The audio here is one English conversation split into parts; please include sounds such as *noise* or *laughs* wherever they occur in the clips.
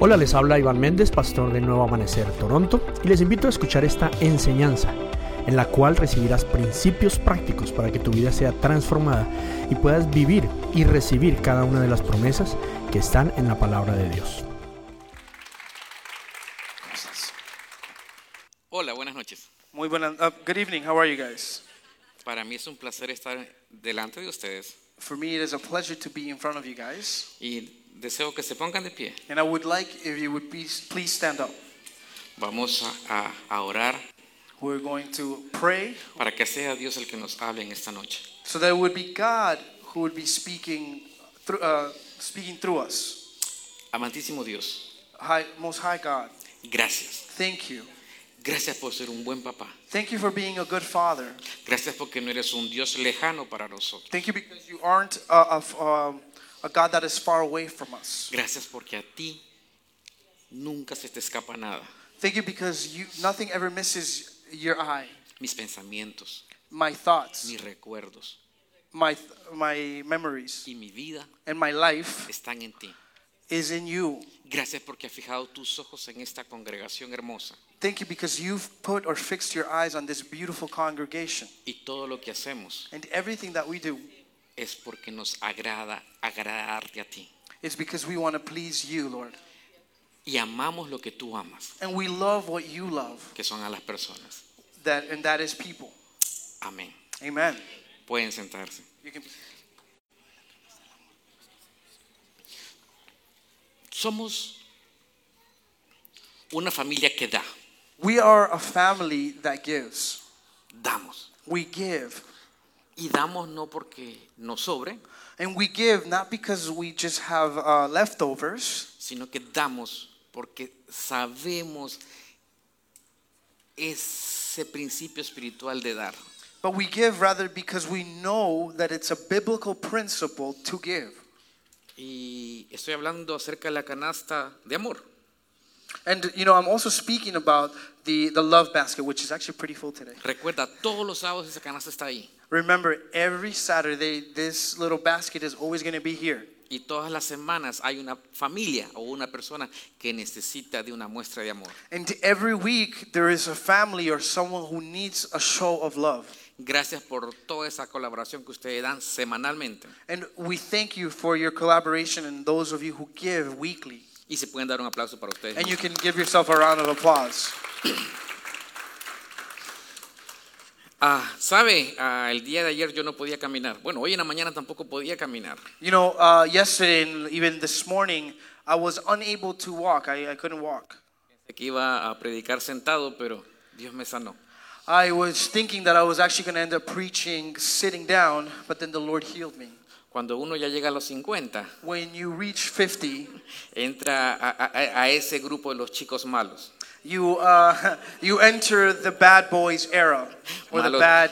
Hola, les habla Iván Méndez, pastor de Nuevo Amanecer Toronto, y les invito a escuchar esta enseñanza en la cual recibirás principios prácticos para que tu vida sea transformada y puedas vivir y recibir cada una de las promesas que están en la palabra de Dios. Hola, buenas noches. Muy buenas. Uh, good evening. How are you guys? Para mí es un placer estar delante de ustedes For me, it is a pleasure to be in front of you guys, y deseo que se pongan de pie. and I would like if you would be, please stand up. Vamos a, a- a orar We're going to pray para que sea Dios el que nos hable en esta noche. so that it would be God who would be speaking through, uh, speaking through us. Amantísimo Dios, High, most High God, gracias. thank you. Gracias por ser un buen papá. Thank you for being a good father. Gracias porque no eres un Dios lejano para nosotros. Thank you because you aren't a, a, um, a God that is far away from us. Gracias porque a ti nunca se te escapa nada. Thank you because you, nothing ever misses your eye, Mis pensamientos, my thoughts, mis recuerdos my, my memories, y mi vida and my life están en ti. is in you. Gracias porque has fijado tus ojos en esta congregación hermosa Thank you because you've put or fixed your eyes on this beautiful congregation. y todo lo que hacemos And everything that we do es porque nos agrada agradarte a ti is because we want to please you, Lord. y amamos lo que tú amas, And we love what you love, que son a las personas. that and that is people. Amén. Amen. Pueden sentarse. You can Somos una familia que da, We are a family that gives. damos. We give. Y damos no porque nos sobre, And we give not because we just have uh, leftovers, sino que damos porque sabemos ese principio espiritual de dar. but we give rather because we know that it's a biblical principle to give. Y estoy hablando acerca de la canasta de amor. And you know, I'm also speaking about the, the love basket, which is actually pretty full today. Recuerda, todos los sábados esa canasta está ahí. Remember, every Saturday, this little basket is always going to be here. Y todas las semanas hay una familia o una persona que necesita de una muestra de amor. And every week, there is a family or someone who needs a show of love. Gracias por toda esa colaboración que ustedes dan semanalmente. And we thank you for your collaboration and those of you who give weekly. Y se pueden dar un aplauso para ustedes. And you can give yourself a round of applause. Ah, ¿Sabe? Ah, el día de ayer yo no podía caminar. Bueno, hoy en la mañana tampoco podía caminar. You know, uh, yesterday and even this morning, I was unable to walk. I, I couldn't walk. Pensé que iba a predicar sentado, pero Dios me sanó. I was thinking that I was actually going to end up preaching sitting down, but then the Lord healed me. Cuando uno ya llega a los 50, When you reach 50, entra a, a- a ese grupo de los chicos malos. You uh, *laughs* you enter the bad boys era or the Malo. bad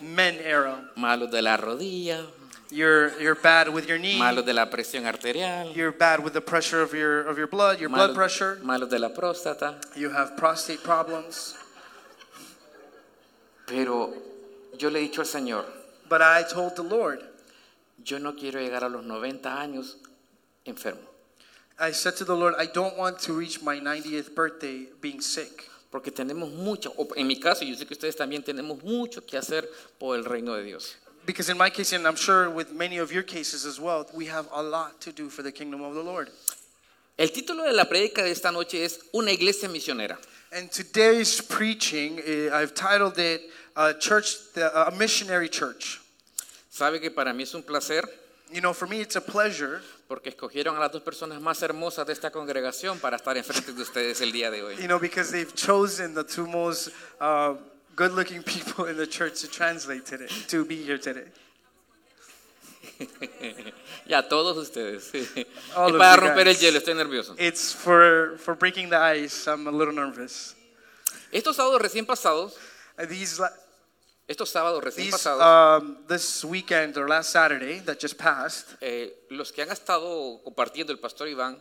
men era. Malos de la rodilla, You're you're bad with your knee. malos de la presión arterial, You're bad with the pressure of your of your blood, your blood malos, pressure. malos de la próstata. You have prostate problems. Pero yo le he dicho al Señor, But I told the Lord, yo no quiero llegar a los 90 años enfermo, I said to the Lord, I don't want to reach my 90th birthday being sick porque tenemos mucho, o en mi caso, yo sé que ustedes también tenemos mucho que hacer por el reino de Dios. because in my case and I'm sure with many of your cases as well, we have a lot to do for the kingdom of the Lord. El título de la prédica de esta noche es Una iglesia misionera. And today's preaching, eh, I've titled it uh, "Church, the, uh, a missionary church." Sabe que para mí es un placer You know, for me, it's a pleasure porque escogieron a las dos personas más hermosas de esta congregación para estar enfrente de ustedes el día de hoy. *laughs* you know, because they've chosen the two most uh, good-looking *laughs* people in the church to translate today, to be here today. Y a todos ustedes. *laughs* Es All of para you romper el guys. hielo, estoy nervioso. It's for for breaking the ice. I'm a little nervous. Estos sábados recién pasados, Uh, These la- estos sábados recién these pasados, um, this weekend or last Saturday that just passed. eh, los que han estado compartiendo el pastor Iván,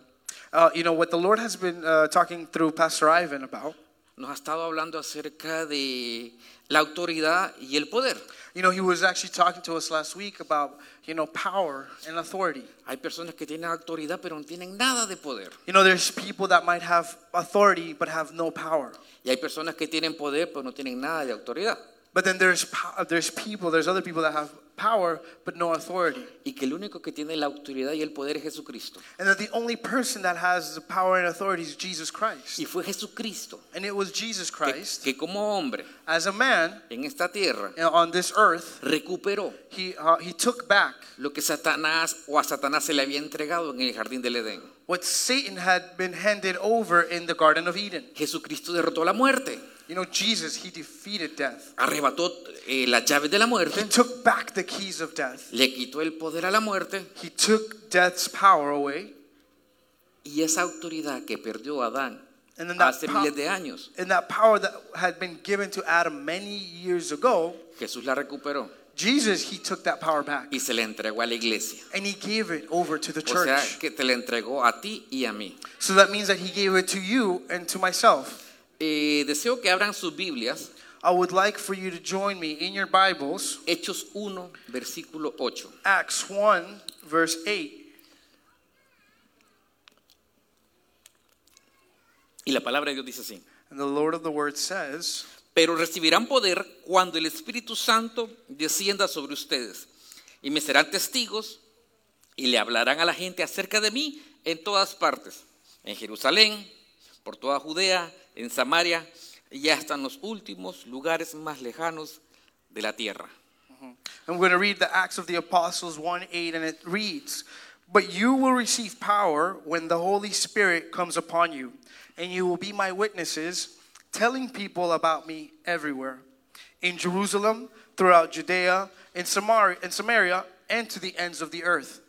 Uh, you know what the Lord has been uh, talking through Pastor Ivan about. nos ha estado hablando acerca de la autoridad y el poder. You know, he was actually talking to us last week about, you know, power and authority. Hay personas que tienen autoridad pero no tienen nada de poder. You know, there's people that might have authority but have no power. Y hay personas que tienen poder pero no tienen nada de autoridad. But then there's po- uh, there's people, there's other people that have power but no authority. Y que el único que tiene la autoridad y el poder es Jesucristo. And that the only person that has the power and authority is Jesus Christ. Y fue Jesucristo And it was Jesus que, Christ que como hombre as a man en esta tierra you know, on this earth, recuperó he uh, he took back lo que Satanás o a Satanás se le había entregado en el jardín del Edén. what Satan had been handed over in the garden of Eden. Jesucristo derrotó la muerte, You know, Jesus, he defeated death. arrebató eh, las llaves de la He muerte, took back the keys of death. le quitó el poder a la muerte He took death's power away. y esa autoridad que perdió Adán And then that hace pow- miles de años, And that power that had been given to Adam many years ago, Jesús la recuperó Jesus, he took that power back. y se la entregó a la iglesia. And he gave it over to the O sea, church. que te la entregó a ti y a mí. So that means that he gave it to you and to myself. Eh, deseo que abran sus Biblias, I would like for you to join me in your Bibles, Hechos 1, versículo 8. Acts 1, verse 8. Y la palabra de Dios dice así. And the Lord of the Word says, Pero recibirán poder cuando el Espíritu Santo descienda sobre ustedes. Y me serán testigos y le hablarán a la gente acerca de mí en todas partes. En Jerusalén, por toda Judea, en Samaria y hasta en los últimos lugares más lejanos de la tierra. I'm going to read the Acts of the Apostles 1 8, and it reads, But you will receive power when the Holy Spirit comes upon you, and you will be my witnesses, telling people about me everywhere in Jerusalem, throughout Judea, in Samaria, in Samaria and to the ends of the earth.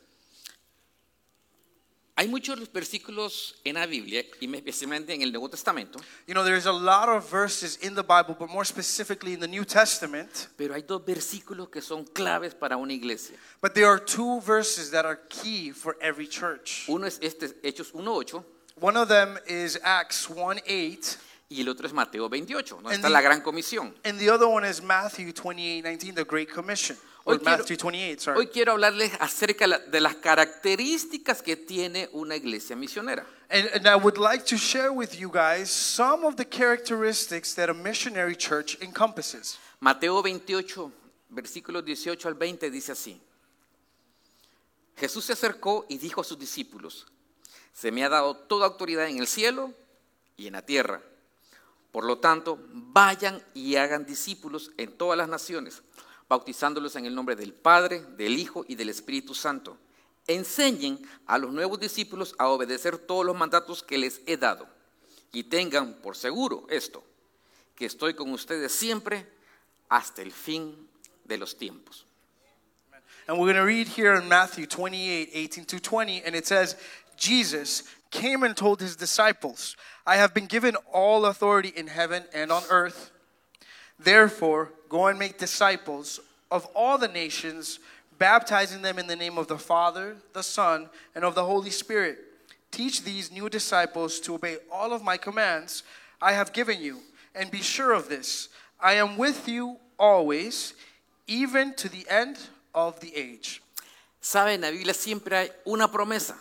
Hay muchos versículos en la Biblia, y especialmente en el Nuevo Testamento, You know, there's a lot of verses in the Bible, but more specifically in the New Testament. pero hay dos versículos que son claves para una iglesia. But there are two verses that are key for every church. Uno es este, Hechos 1.8. One of them is Acts 1 8. Y el otro es Mateo 28, donde En está di- la gran comisión. And the other one is Matthew 28, 19, the Great Commission. Or Hoy quiero- Matthew 28, sorry. Hoy quiero hablarles acerca la- de las características que tiene una iglesia misionera. And, and I would like to share with you guys some of the characteristics that a missionary church encompasses. Mateo 28, versículos 18 al 20 dice así. Jesús se acercó y dijo a sus discípulos, se me ha dado toda autoridad en el cielo y en la tierra. Por lo tanto, vayan y hagan discípulos en todas las naciones, bautizándolos en el nombre del Padre, del Hijo y del Espíritu Santo. Enseñen a los nuevos discípulos a obedecer todos los mandatos que les he dado. Y tengan por seguro esto, que estoy con ustedes siempre hasta el fin de los tiempos. And we're going to read here in Matthew 28, 18 to 20, and it says, Jesus came and told his disciples, I have been given all authority in heaven and on earth. Therefore, go and make disciples of all the nations, baptizing them in the name of the Father, the Son, and of the Holy Spirit. Teach these new disciples to obey all of my commands I have given you, and be sure of this I am with you always, even to the end of the age. Saben, en la Biblia siempre hay una promesa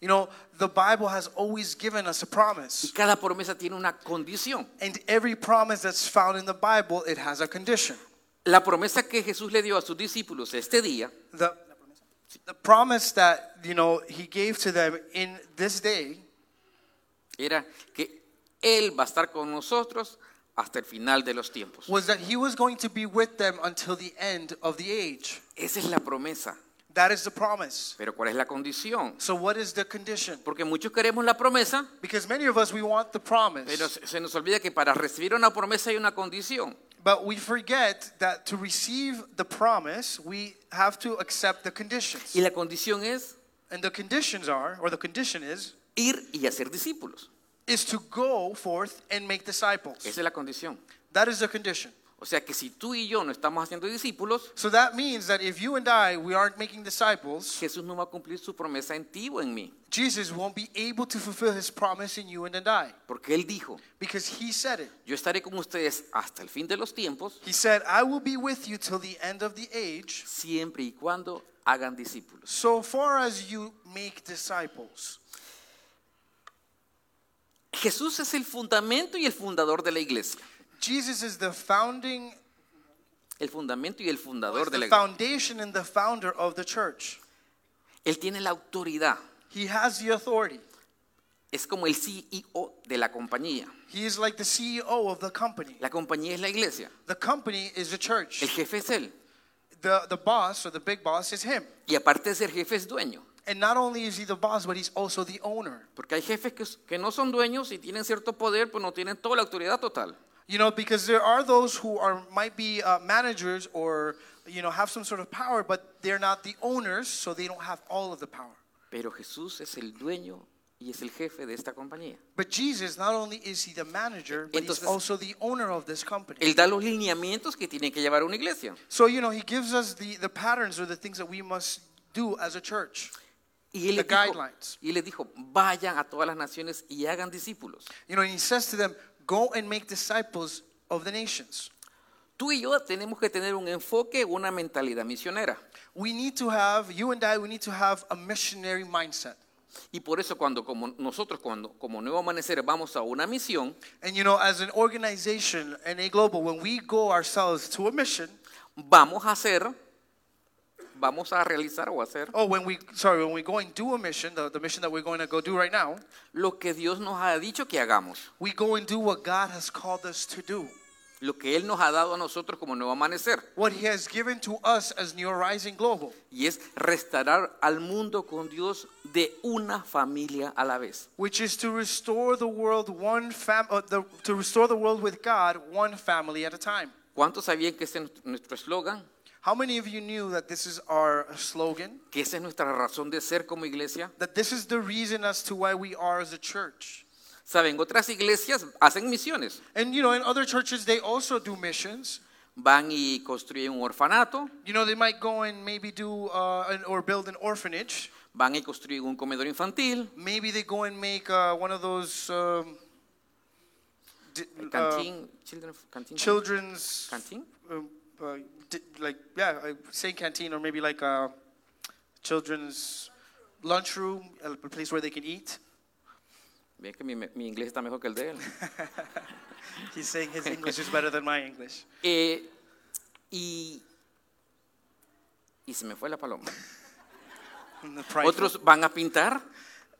You know, the Bible has always given us a y promise. cada promesa tiene una condición. And every promise that's found in the Bible, it has a condition. La promesa que Jesús le dio a sus discípulos este día the, the promise that you know he gave to them in this day era que Él va a estar con nosotros hasta el final de los tiempos. was that he was going to be with them until the end of the age Esa es la promesa. that is the promise Pero ¿cuál es la condición? so what is the condition Porque muchos queremos la promesa, because many of us we want the pero promise se se nos olvida que para recibir una promesa hay una condición. but we forget that to receive the promise we have to accept the conditions Y la condición es and the conditions are or the condition is ir y hacer discípulos. is to go forth and make disciples Esa es la condición. that is the condition O sea que si tú y yo no estamos haciendo discípulos, So that means that if you and I we aren't making disciples, Jesús no va a cumplir su promesa en ti o en mí. Jesus won't be able to fulfill his promise in you and in I Porque Él dijo, because he said it. yo estaré con ustedes hasta el fin de los tiempos, He said, "I will be with you till the end of the age, siempre y cuando hagan discípulos. so far as you make disciples." Jesús es el fundamento y el fundador de la iglesia. Jesus is the founding El fundamento y el is fundador de la the iglesia. foundation and the founder of the church. Él tiene la autoridad. He has the authority. Es como el CEO de la compañía. He is like the CEO of the company. La compañía es la iglesia. The company is the church. El jefe es Él. The the boss or the big boss is him. Y aparte de ser jefe es dueño. And not only is he the boss, but he's also the owner. Porque hay jefes que, que no son dueños y tienen cierto poder, pues no tienen toda la autoridad total. You know, because there are those who are might be uh, managers or you know have some sort of power, but they're not the owners, so they don't have all of the power. Pero Jesús es el dueño y es el jefe de esta compañía. But Jesus, not only is he the manager, but he's Entonces- also the owner of this company. Él da los lineamientos que tiene que llevar una iglesia. So you know, he gives us the the patterns or the things that we must do as a church. Y él, les The dijo, guidelines. y les dijo, vayan a todas las naciones y hagan discípulos. You know, and he says to them, "Go and make disciples of the nations." Tú y yo tenemos que tener un enfoque, una mentalidad misionera. We need to have you and I. We need to have a missionary mindset. Y por eso cuando como nosotros, cuando como Nuevo Amanecer vamos a una misión, And you know, as an organization, NA Global, when we go ourselves to a mission, vamos a hacer, vamos a realizar o a hacer oh, when we, sorry, when we go and do a mission, the, the mission that we're going to go do right now, lo que Dios nos ha dicho que hagamos, we go and do what God has called us to do, lo que Él nos ha dado a nosotros como Nuevo Amanecer, what He has given to us as New Horizon Global, y es restaurar al mundo con Dios de una familia a la vez. which is to restore the world one fam, uh, the, to restore the world with God one family at a time. ¿Cuántos sabían que ese es nuestro eslogan? How many of you knew that this is our slogan? que esa es nuestra razón de ser como iglesia. That this is the reason as to why we are as a church. Saben, otras iglesias hacen misiones, And you know, in other churches, they also do missions. van y construyen un orfanato, You know, they might go and maybe do uh, an, or build an orphanage. van y construyen un comedor infantil, Maybe they go and make uh, one of those um, di- uh, cantín, children, cantín, children's cantín, um, uh, di- like yeah, I say canteen or maybe like a children's lunchroom, a place where they can eat. Bien que mi, mi inglés está mejor que el de él. *laughs* He's saying his English is better than my English. Eh, y y se me fue la paloma. And the prideful. Otros van a pintar,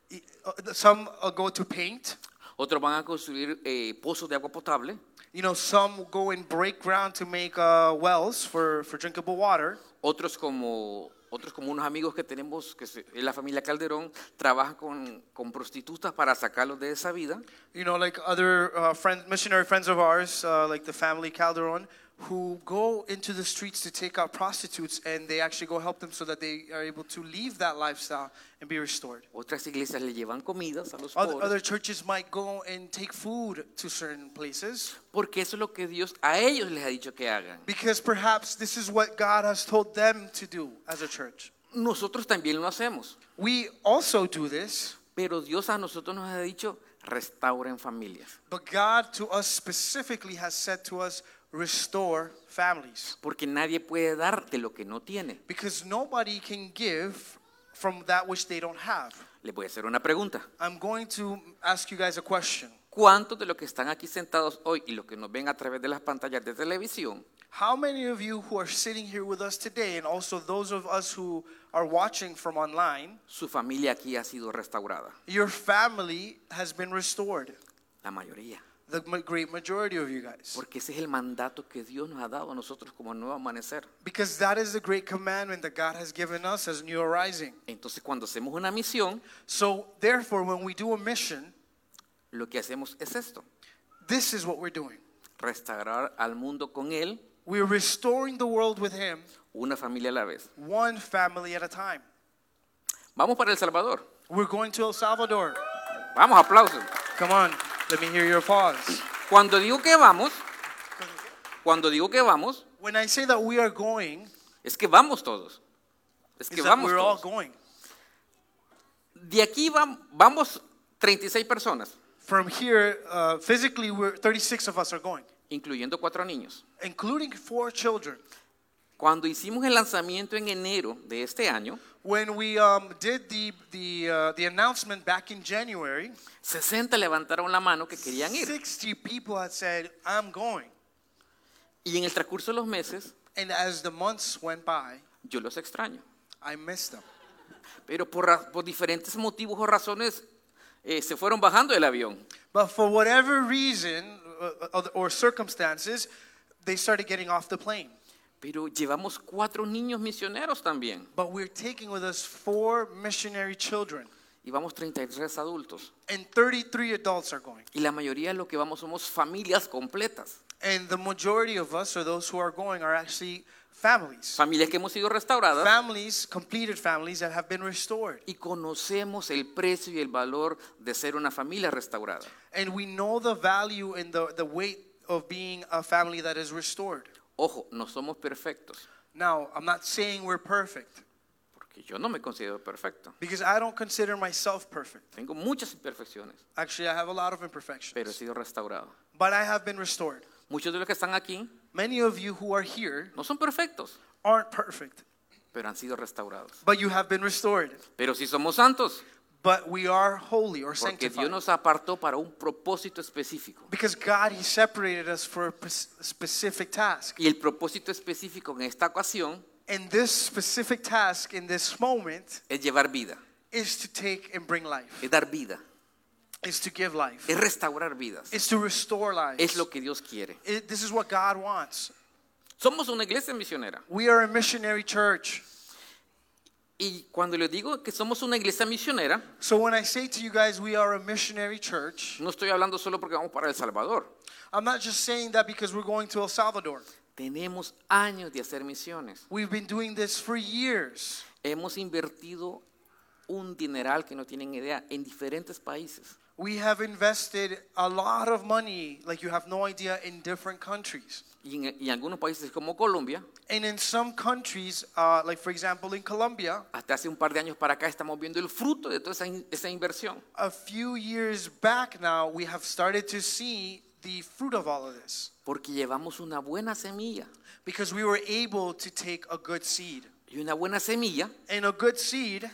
E- uh, Some uh, go to paint. otros van a construir eh, pozos de agua potable, You know, some go and break ground to make uh, wells for, for drinkable water. otros como otros como unos amigos que tenemos que se- la familia Calderón trabajan con, con prostitutas para sacarlos de esa vida. You know, like other uh, friend, missionary friends of ours, uh, like the family Calderon, who go into the streets to take out prostitutes and they actually go help them so that they are able to leave that lifestyle and be restored. Otras iglesias le llevan comidas a los Other, pobres, other churches might go and take food to certain places porque eso es lo que Dios a ellos les ha dicho que hagan. because perhaps this is what God has told them to do as a church. Nosotros también lo hacemos, We also do this, pero Dios a nosotros nos ha dicho restauren familias, but God to us specifically has said to us, restore families. porque nadie puede darte lo que no tiene. Because nobody can give from that which they don't have. Les voy a hacer una pregunta. I'm going to ask you guys a question. ¿Cuántos de los que están aquí sentados hoy y los que nos ven a través de las pantallas de televisión How many of you who are sitting here with us today, and also those of us who are watching from online, su familia aquí ha sido restaurada? your family has been restored? La mayoría. The ma- great majority of you guys. Porque ese es el mandato que Dios nos ha dado a nosotros como nuevo amanecer. Because that is the great commandment that God has given us as New Arising. Entonces cuando hacemos una misión, So, therefore, when we do a mission, lo que hacemos es esto. this is what we're doing Restaurar al mundo con Él, we're restoring the world with Him, una familia a la vez. one family at a time. Vamos para El Salvador. We're going to El Salvador. Vamos, aplausos. Come on, let me hear your applause. Cuando digo que vamos, Cuando digo que vamos, When I say that we are going, es que vamos todos. Es is que that vamos we're all todos. going. De aquí vam- vamos 36 personas, From here, uh, physically, we're 36 of us are going, incluyendo cuatro niños. including four children. Cuando hicimos el lanzamiento en enero de este año, When we um, did the the uh, the announcement back in January, 60 levantaron la mano que querían ir. 60 people had said, "I'm going." Y en el transcurso de los meses, And as the months went by, yo los extraño. I missed them. Pero por, ra- por diferentes motivos o razones, eh, se fueron bajando del avión. But for whatever reason uh, uh, or circumstances, they started getting off the plane. Pero llevamos cuatro niños misioneros también. But we're taking with us four missionary children, Y vamos 33 adultos. and 33 adults are going. Y la mayoría de los que vamos somos familias completas. And the majority of us, or those who are going, are actually families. Familias que hemos sido restauradas Families, completed families that have been restored. y conocemos el precio y el valor de ser una familia restaurada. And we know the value and the, the weight of being a family that is restored. Ojo, no somos perfectos, Now, I'm not saying we're perfect, porque yo no me considero perfecto. because I don't consider myself perfect. Tengo muchas imperfecciones, Actually, I have a lot of pero he imperfections, sido restaurado. but I have been restored. Muchos de los que están aquí Many of you who are here no son perfectos, aren't perfect, pero han sido restaurados. but you have been restored. Pero sí somos santos, But we are holy or porque sanctified. Dios nos apartó para un propósito específico. Because God, He separated us for a p- specific task. Y el propósito específico en esta ocasión And this specific task in this moment es llevar vida, is to take and bring life, es dar vida, is to give life, es restaurar vidas. is to restore life. Es lo que Dios quiere. It- this is what God wants. Somos una iglesia misionera. We are a missionary church. Y cuando les digo que somos una iglesia misionera, So when I say to you guys, we are a missionary church, no estoy hablando solo porque vamos para El Salvador. I'm not just saying that because we're going to El Salvador. Tenemos años de hacer misiones. We've been doing this for years. Hemos invertido un dineral que no tienen idea en diferentes países. We have invested a lot of money, like you have no idea, in different countries. Y en, y en algunos países como Colombia, And in some countries, uh, like for example in Colombia, hasta hace un par de años para acá estamos viendo el fruto de toda esa, in- esa inversión. a few years back now, we have started to see the fruit of all of this Porque llevamos una buena semilla. because we were able to take a good seed. Y una buena semilla And a good seed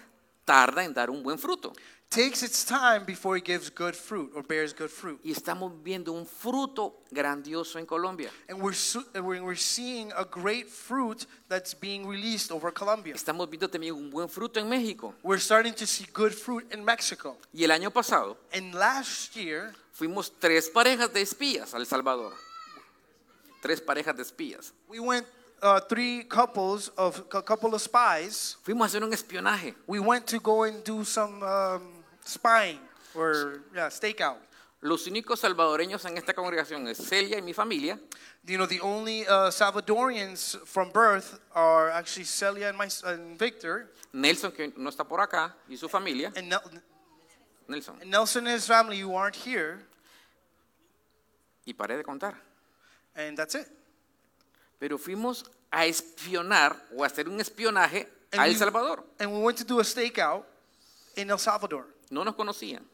tarda en dar un buen fruto. takes its time before it gives good fruit or bears good fruit. Y estamos viendo un fruto grandioso en Colombia. And we're, su- and we're we're seeing a great fruit that's being released over Colombia. Estamos viendo también un buen fruto en México. We're starting to see good fruit in Mexico. Y el año pasado And last year, fuimos tres parejas de espías a El Salvador. Tres parejas de espías. we went uh, three couples of a couple of spies Fuimos a hacer un espionaje. we went to go and do some um, spying or yeah, stakeout. Los únicos salvadoreños en esta congregación es Celia y mi familia. You know, the only uh, Salvadorians from birth are actually Celia and, my, and Victor, Nelson, que no está por acá, y su familia. and, Nel- Nelson. and Nelson and his family who aren't here, Y paré de contar. and that's it. Pero fuimos a espionar o a hacer un espionaje And a El we- Salvador. And we went to do a stakeout in El Salvador. No nos conocían,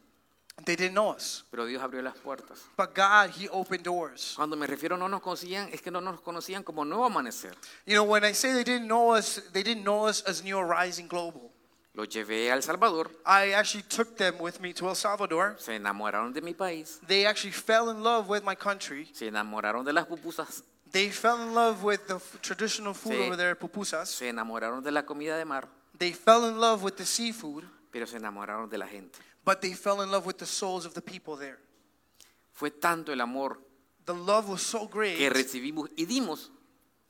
They didn't know us, pero Dios abrió las puertas. but God, He opened doors. Cuando me refiero no nos conocían, es que no nos conocían como Nuevo Amanecer. You know, when I say they didn't know us, they didn't know us as New Rising Global. Los llevé a El Salvador, I actually took them with me to El Salvador. se enamoraron de mi país, They actually fell in love with my country. se enamoraron de las pupusas, They fell in love with the f- traditional food Sí. over there, pupusas. se enamoraron de la comida de mar, They fell in love with the seafood, pero se enamoraron de la gente. but they fell in love with the souls of the people there. Fue tanto el amor The love was so que great recibimos y dimos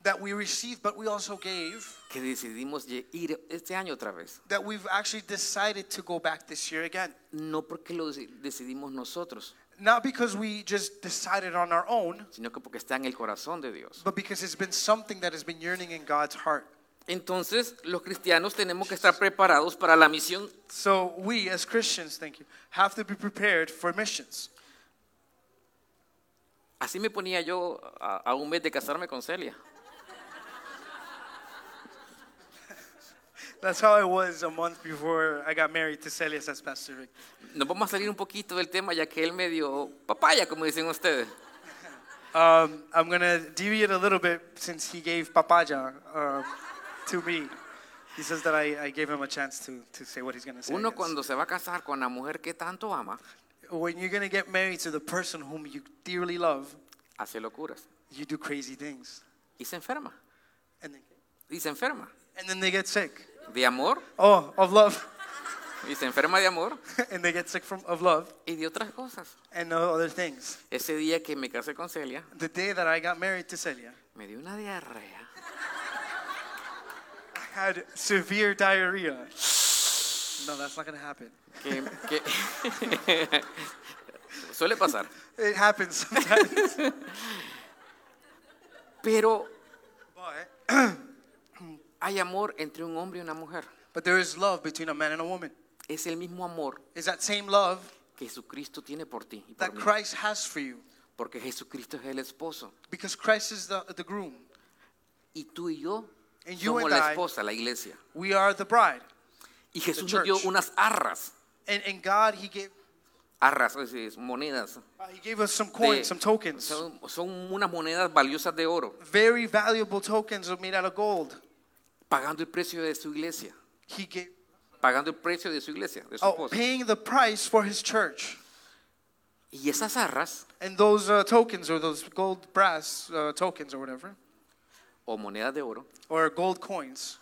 that we received, but we also gave, que decidimos ye- ir este año otra vez. that we've actually decided to go back this year again. No porque lo deci- decidimos nosotros, Not because we just decided on our own, sino que porque está en el corazón de Dios. but because it's been something that has been yearning in God's heart. Entonces, los cristianos tenemos que estar preparados para la misión. So we, as Christians, thank you, have to be prepared for missions. Así me ponía yo a, a un mes de casarme con Celia. That's how I was a month before I got married to Celia, says Pastor Rick. Nos vamos a salir un poquito del tema ya que él me dio papaya, como dicen ustedes. Um, I'm going to deviate a little bit since he gave papaya um, to me. He says that I, I gave him a chance to, to say what he's going to say. I Uno guess. cuando se va a casar con la mujer que tanto ama, When you're going to get married to the person whom you dearly love, hace locuras you do crazy things. y se enferma. And then, Y se enferma and then they get sick. de amor, Oh, of love. *laughs* y se enferma de amor and they get sick from of love y de otras cosas. and no other things. Ese día que me casé con Celia, The day that I got married to Celia, me dio una diarrea. I had severe diarrhea. No, that's not going to happen. que- que- *laughs* suele pasar. It happens sometimes. *laughs* Pero but, hay amor entre un hombre y una mujer. but there is love between a man and a woman. Es el mismo amor It's that same love que Jesucristo tiene por ti y por that mí. Christ has for you Porque Jesucristo es el esposo. because Christ is the, the groom. Y tú y yo And you somos and la I- esposa, la iglesia. We are the bride. Y Jesús nos church. dio unas arras, And, and God, He gave, arras, es decir, monedas. uh, he gave us some de- coins, some tokens, Son, son unas monedas valiosas de oro, very valuable tokens made out of gold. pagando el precio de su iglesia. He gave, Pagando el precio de su iglesia, de su oh, esposa. paying the price for His church. Y esas arras And those uh, tokens, or those gold brass uh, tokens, or whatever, o monedas de oro or gold coins,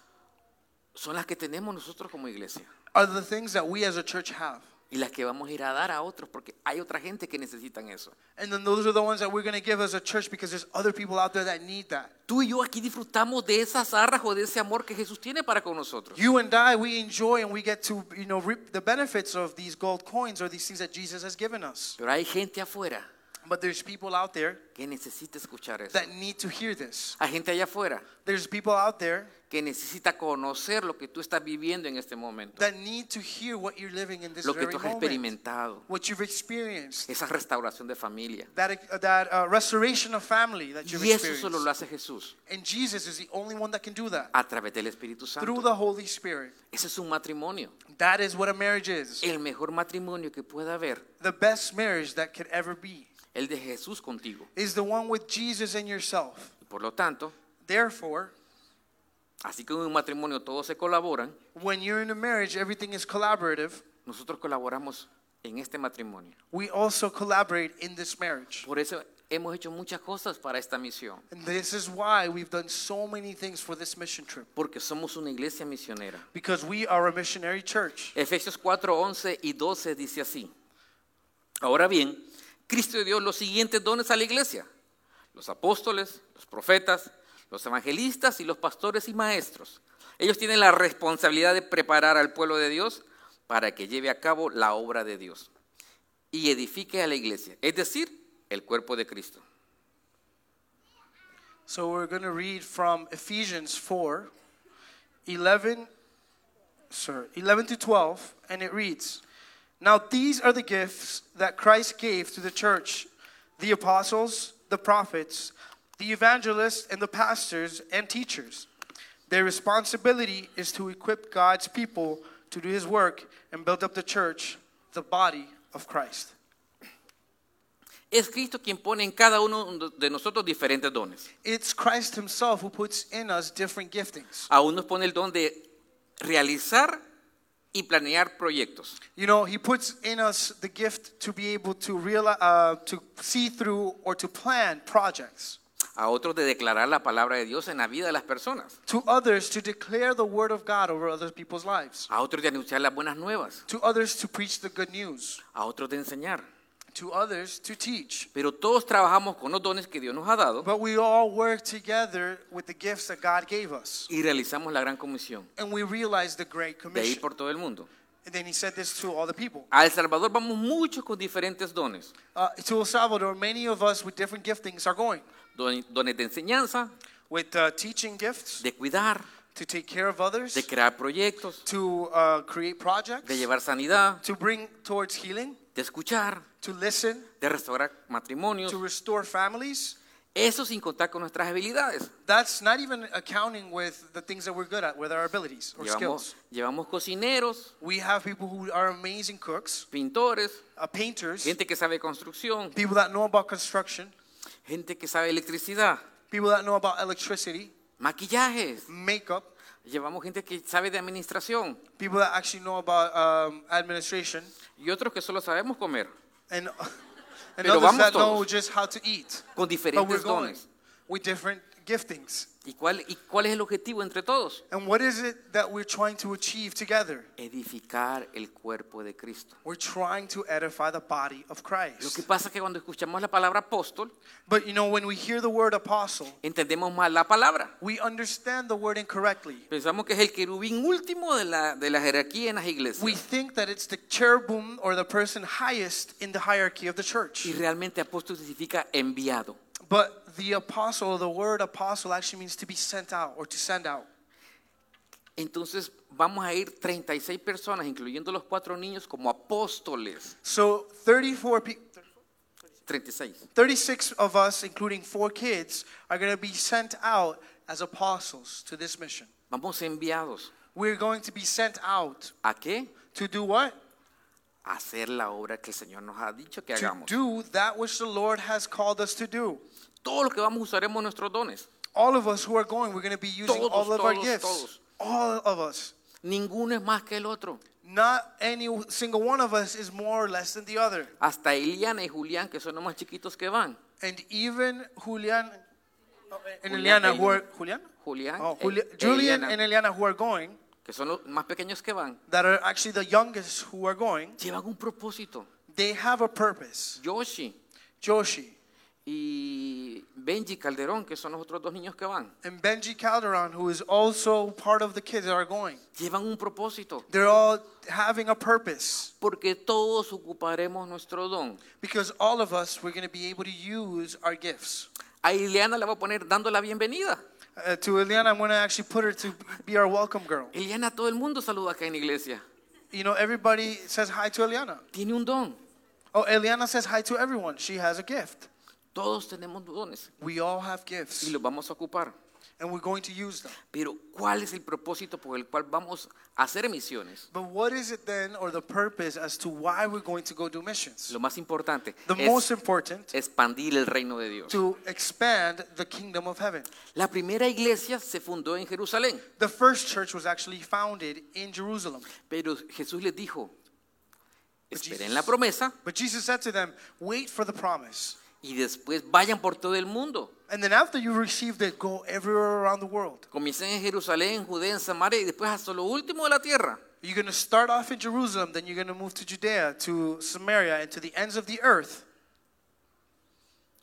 son las que tenemos nosotros como iglesia are the things that we as a church have. y las que vamos a ir a dar a otros porque hay otra gente que necesitan eso. And then those are the ones that we're going to give as a church because there's other people out there that need that. Tú y yo aquí disfrutamos de esas arras o de ese amor que Jesús tiene para con nosotros. You and I, we enjoy and we get to, you know, reap the benefits of these gold coins or these things that Jesus has given us. Pero hay gente afuera But there's people out there que necesita escuchar eso. that need to hear this. Hay gente allá afuera There's people out there que necesita conocer lo que tú estás viviendo en este momento, that need to hear what you're living in this lo que very tú has moment, experimentado, what you've experienced, esa restauración de familia. that, that uh, restoration of family that you've Y eso solo experienced. lo hace Jesús And Jesus is the only one that can do that a través del Espíritu through Santo. the Holy Spirit. Ese es un matrimonio, That is what a marriage is. el mejor matrimonio que pueda haber, The best marriage that could ever be el de Jesús contigo. is the one with Jesus and yourself. Y Por lo tanto, Therefore, Así que en un matrimonio todos se colaboran, when you're in a marriage, everything is collaborative. nosotros colaboramos en este matrimonio. We also collaborate in this marriage. Por eso hemos hecho muchas cosas para esta misión, And this is why we've done so many things for this mission trip porque somos una iglesia misionera. because we are a missionary church. Efesios 4, 11 y 12 dice así. Ahora bien, Cristo dio los siguientes dones a la iglesia. Los apóstoles, los profetas, los evangelistas y los pastores y maestros. Ellos tienen la responsabilidad de preparar al pueblo de Dios para que lleve a cabo la obra de Dios y edifique a la iglesia, es decir, el cuerpo de Cristo. So we're going to read from Ephesians 4 11 sir 11 to 12 and it reads Now these are the gifts that Christ gave to the church the apostles the prophets the evangelists and the pastors and teachers Their responsibility is to equip God's people to do his work and build up the church the body of Christ Es Cristo quien pone en cada uno de nosotros diferentes dones. It's Christ himself who puts in us different giftings A unos pone el don de realizar y planear proyectos. You know, he puts in us the gift to be able to realize, uh, to see through or to plan projects. a otros de declarar la palabra de Dios en la vida de las personas, To others, to declare the word of God over other people's lives. a otros de anunciar las buenas nuevas, To others, to preach the good news. a otros de enseñar. To others, to teach. Pero todos trabajamos con los dones que Dios nos ha dado But we all work together with the gifts that God gave us. y realizamos la gran comisión And we realize the Great de ir Commission. por todo el mundo. And then he said this to all the people. A El Salvador vamos muchos con diferentes dones, Uh, to El Salvador, many of us with different giftings are going. don- dones de enseñanza, With uh, teaching gifts, de cuidar, to take care of others, de crear proyectos, to uh, create projects. de llevar sanidad, to bring towards healing, de escuchar, to listen, de restaurar matrimonios, to restore families. eso sin contar con nuestras habilidades. That's not even accounting with the things that we're good at, with our abilities or skills. Llevamos, llevamos cocineros, We have people who are amazing cooks, pintores, uh, painters, gente que sabe construcción, people that know about construction, gente que sabe electricidad, people that know about electricity, maquillajes. makeup, Llevamos gente que sabe de administración people that actually know about um, administration, y otros que solo sabemos comer, and, *laughs* and Pero others vamos that todos. know just how to eat. con But we're diferentes going dones. with different giftings. ¿Y cuál, ¿Y cuál es el objetivo entre todos? And what is it that we're trying to achieve together? Edificar el cuerpo de Cristo. We're trying to edify the body of Lo que Christ. pasa es que cuando escuchamos la palabra apóstol, But you know, when we hear the word apostle, entendemos mal la palabra. we understand the word incorrectly. Pensamos que es el querubín último de la, de la jerarquía en las iglesias. We think that it's the cherubim or the person highest in the hierarchy of the church. y realmente apóstol significa enviado. But the apostle, the word apostle actually means to be sent out or to send out. Entonces vamos a ir 36 personas, incluyendo los cuatro niños, como apóstoles. So 34 pe- 36. 36 of us, including four kids, are going to be sent out as apostles to this mission. Vamos enviados. We're going to be sent out ¿A qué? to do what? A hacer la obra que el Señor nos ha dicho que To hagamos. do that which the Lord has called us to do. Todos los que vamos usaremos nuestros dones. All of us who are going, we're going to be using Todos, all of our todos, gifts. todos. All of us. Ninguno es más que el otro. Not any single one of us is more or less than the other. Hasta Eliana y Julián, que son los más chiquitos que van. And even Julian uh, and Julián, Eliana, who are Eliana. Julian, Julián, oh, e- Juli- e Julian Eliana, and Eliana, who are going, que son los más pequeños que van, that are actually the youngest who are going, llevan un propósito. they have a purpose. Yoshi Joshi y Benji Calderón, que son los otros dos niños que van, and Benji Calderon, who is also part of the kids that are going, llevan un propósito. they're all having a purpose Porque todos ocuparemos nuestro don. because all of us we're going to be able to use our gifts. A Ileana le voy a poner dando la bienvenida. Uh, to Eliana, I'm going to actually put her to be our welcome girl. Ileana, todo el mundo saluda acá en la iglesia. You know, everybody says hi to Eliana. Tiene un don. Oh, Eliana says hi to everyone. She has a gift. Todos tenemos dones We all have y gifts, los vamos a ocupar. and we're going to use them. Pero ¿cuál es el propósito por el cual vamos a hacer misiones? But what is it then, or the purpose as to why we're going to go do missions? Lo más importante The most es important expandir el reino de Dios. to expand the kingdom of heaven. La primera iglesia se fundó en Jerusalén, The first church was actually founded in Jerusalem. pero Jesús les dijo, esperen But Pues Jesus- la promesa But Jesus said to them, "Wait for the promise, y después vayan por todo el mundo. and then after you received it, go everywhere around the world. Comiencen en Jerusalén, en Judea, en Samaria y después hasta lo último de la tierra. You're going to start off in Jerusalem, then you're going to move to Judea, to Samaria, and to the ends of the earth."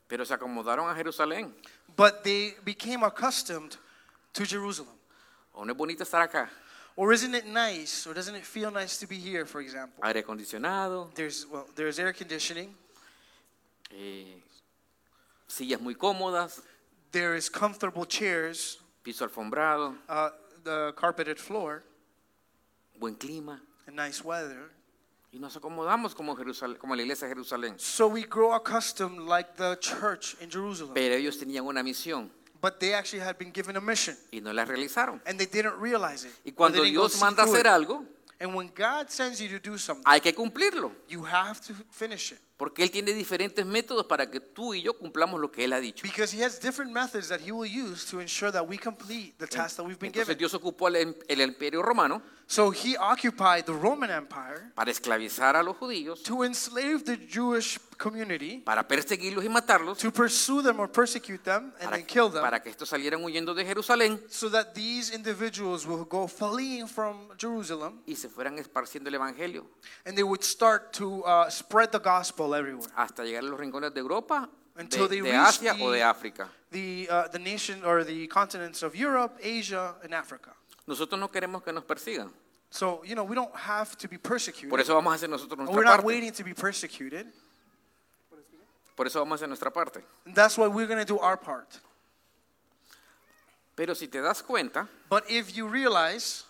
Pero se acomodaron a Jerusalén. But they became accustomed to Jerusalem. ¿O no es bonito estar acá? Or isn't it nice, or doesn't it feel nice to be here, for example? Aire acondicionado, There's, well, there's air conditioning, eh, sillas muy cómodas, there is comfortable chairs, piso alfombrado, uh, the carpeted floor, buen clima. and nice weather. Y nos acomodamos como, Jerusal- como la iglesia de Jerusalén. So we grow accustomed like the church in Jerusalem. Pero ellos tenían una misión But they actually had been given a mission, y no la realizaron. and they didn't realize it. Y or they cuando didn't go Dios see manda through hacer it. algo, And when God sends you to do something, hay que cumplirlo. you have to finish it. Porque Él tiene diferentes métodos para que tú y yo cumplamos lo que Él ha dicho. Because he has different methods that he will use to ensure that we complete the task that we've been Entonces given. Dios ocupó el, em- el imperio romano So he occupied the Roman Empire para esclavizar a los judíos, to enslave the Jewish community, para perseguirlos y matarlos, to pursue them or persecute them and para, then kill them, para que estos salieran huyendo de Jerusalén so that these individuals will go fleeing from Jerusalem y se fueran esparciendo el evangelio and they would start to uh, spread the gospel everywhere hasta llegar a los rincones de Europa, de, until they de reach Asia o de the, África. the, uh, the nation or the continents of Europe, Asia, and Africa. Nosotros no queremos que nos persigan. So, you know, we don't have to be Por persecuted. eso vamos a hacer nosotros And We're nuestra not parte. waiting to be persecuted. Por eso vamos a hacer nuestra parte. And that's why we're going to do our part. Pero si te das cuenta, But if you realize,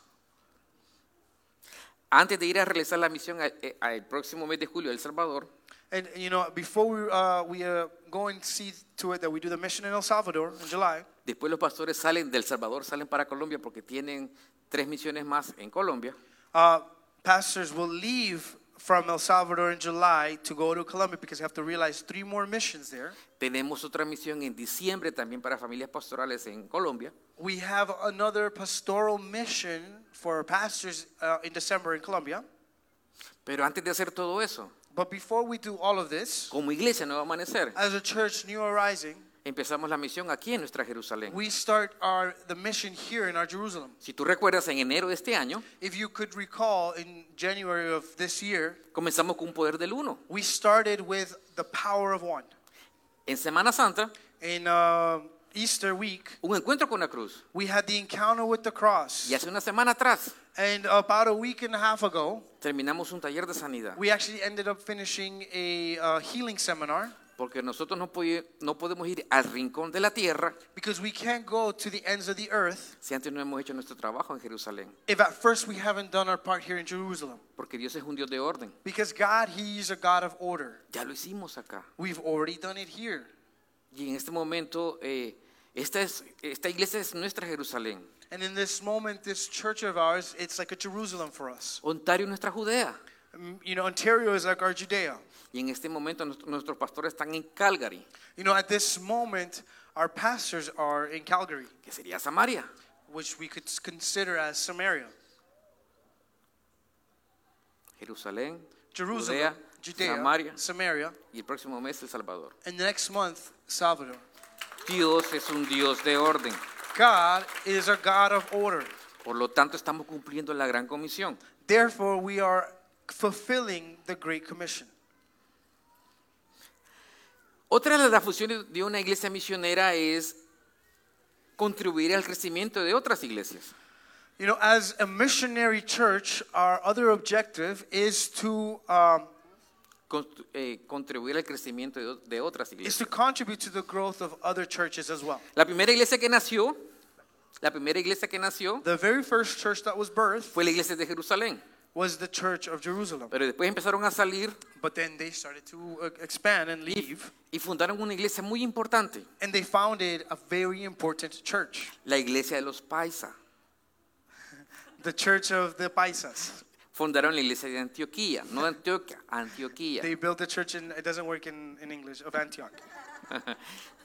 Antes de ir a realizar la misión al, eh, al próximo mes de julio a El Salvador, And you know, before we uh, we uh, go and see to it that we do the mission in El Salvador in July, después los pastores salen del Salvador, salen para Colombia porque tienen tres misiones más en Colombia. uh, pastors will leave from El Salvador in July to go to Colombia because you have to realize three more missions there. Tenemos otra misión en diciembre también para familias pastorales en Colombia. We have another pastoral mission for our pastors uh, in December in Colombia. Pero antes de hacer todo eso, But before we do all of this, como iglesia Nuevo Amanecer, as a church, New Arising, empezamos la misión aquí en nuestra Jerusalén. we start our the mission here in our Jerusalem. Si tú recuerdas, en enero de este año If you could recall, in January of this year, comenzamos con un poder del uno. we started with the power of one. En Semana Santa, In uh, Easter week, un encuentro con la cruz. we had the encounter with the cross. Y hace una semana atrás And about a week and a half ago, terminamos un taller de sanidad. we actually ended up finishing a uh, healing seminar Porque nosotros no, podi- no podemos ir al rincón de la tierra because we can't go to the ends of the earth si antes no hemos hecho nuestro trabajo en Jerusalén. if at first we haven't done our part here in Jerusalem. Porque Dios es un Dios de orden. Because God, He's a God of order. Ya lo hicimos acá. We've already done it here. Y en este momento, eh, esta, es, esta iglesia es nuestra Jerusalén. And in this moment, this church of ours, it's like a Jerusalem for us. Ontario es nuestra Judea. Mm, You know, Ontario is like our Judea. Y en este momento nuestro- nuestros pastores están en Calgary, You know, at this moment, our pastors are in Calgary, que sería Samaria. which we could consider as Samaria. Jerusalén, Jerusalem, Judea, Judea, Samaria Samaria, y el próximo mes El Salvador. and next month, Salvador. Dios es un Dios de orden. God is a God of order. Por lo tanto, estamos cumpliendo la gran comisión. Therefore, we are fulfilling the Great Commission. Otra de las funciones de una iglesia misionera es contribuir al crecimiento de otras iglesias. You know, as a missionary church, our other objective is to um, Constru- eh, contribuir al crecimiento de, o- de otras is iglesias. to contribute to the growth of other churches as well. La primera iglesia que nació, la primera iglesia que nació The very first church that was birthed fue la iglesia de Jerusalén, was the Church of Jerusalem, pero después empezaron a salir but then they started to uh, expand and leave, y fundaron una iglesia muy importante, and they founded a very important church, la iglesia de los Paisa. the Church of the Paisas. Fundaron la iglesia de Antioquía, no de Antioquia, Antioquía. They built a church in, it doesn't work in, in English, of Antioch. *laughs*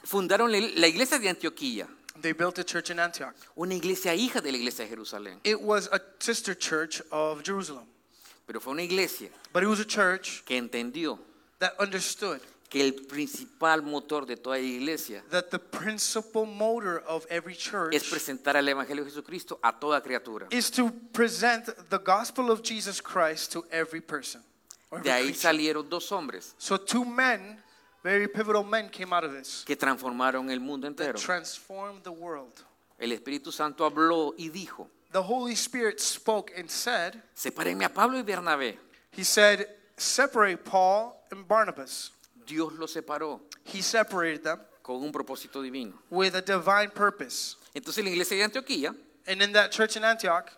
Fundaron la la iglesia de Antioquía, They built a church in Antioch. una iglesia hija de la iglesia de Jerusalén, It was a sister church of Jerusalem, pero fue una iglesia but it was a church que entendió that understood que el principal motor de toda iglesia that the principal motor of every es church presentar el Evangelio de Jesucristo a toda criatura. is to present the gospel of Jesus Christ to every person. or every De ahí creature. salieron dos hombres So two men, very pivotal men, came out of this que transformaron el mundo that entero. transformed the world. El Espíritu Santo habló y dijo, The Holy Spirit spoke and said, sepárenme a Pablo y Bernabé. He said, separate Paul and Barnabas. Dios los separó He separated them con un propósito divino. with a divine purpose. Entonces la iglesia de Antioquía And in that church in Antioch,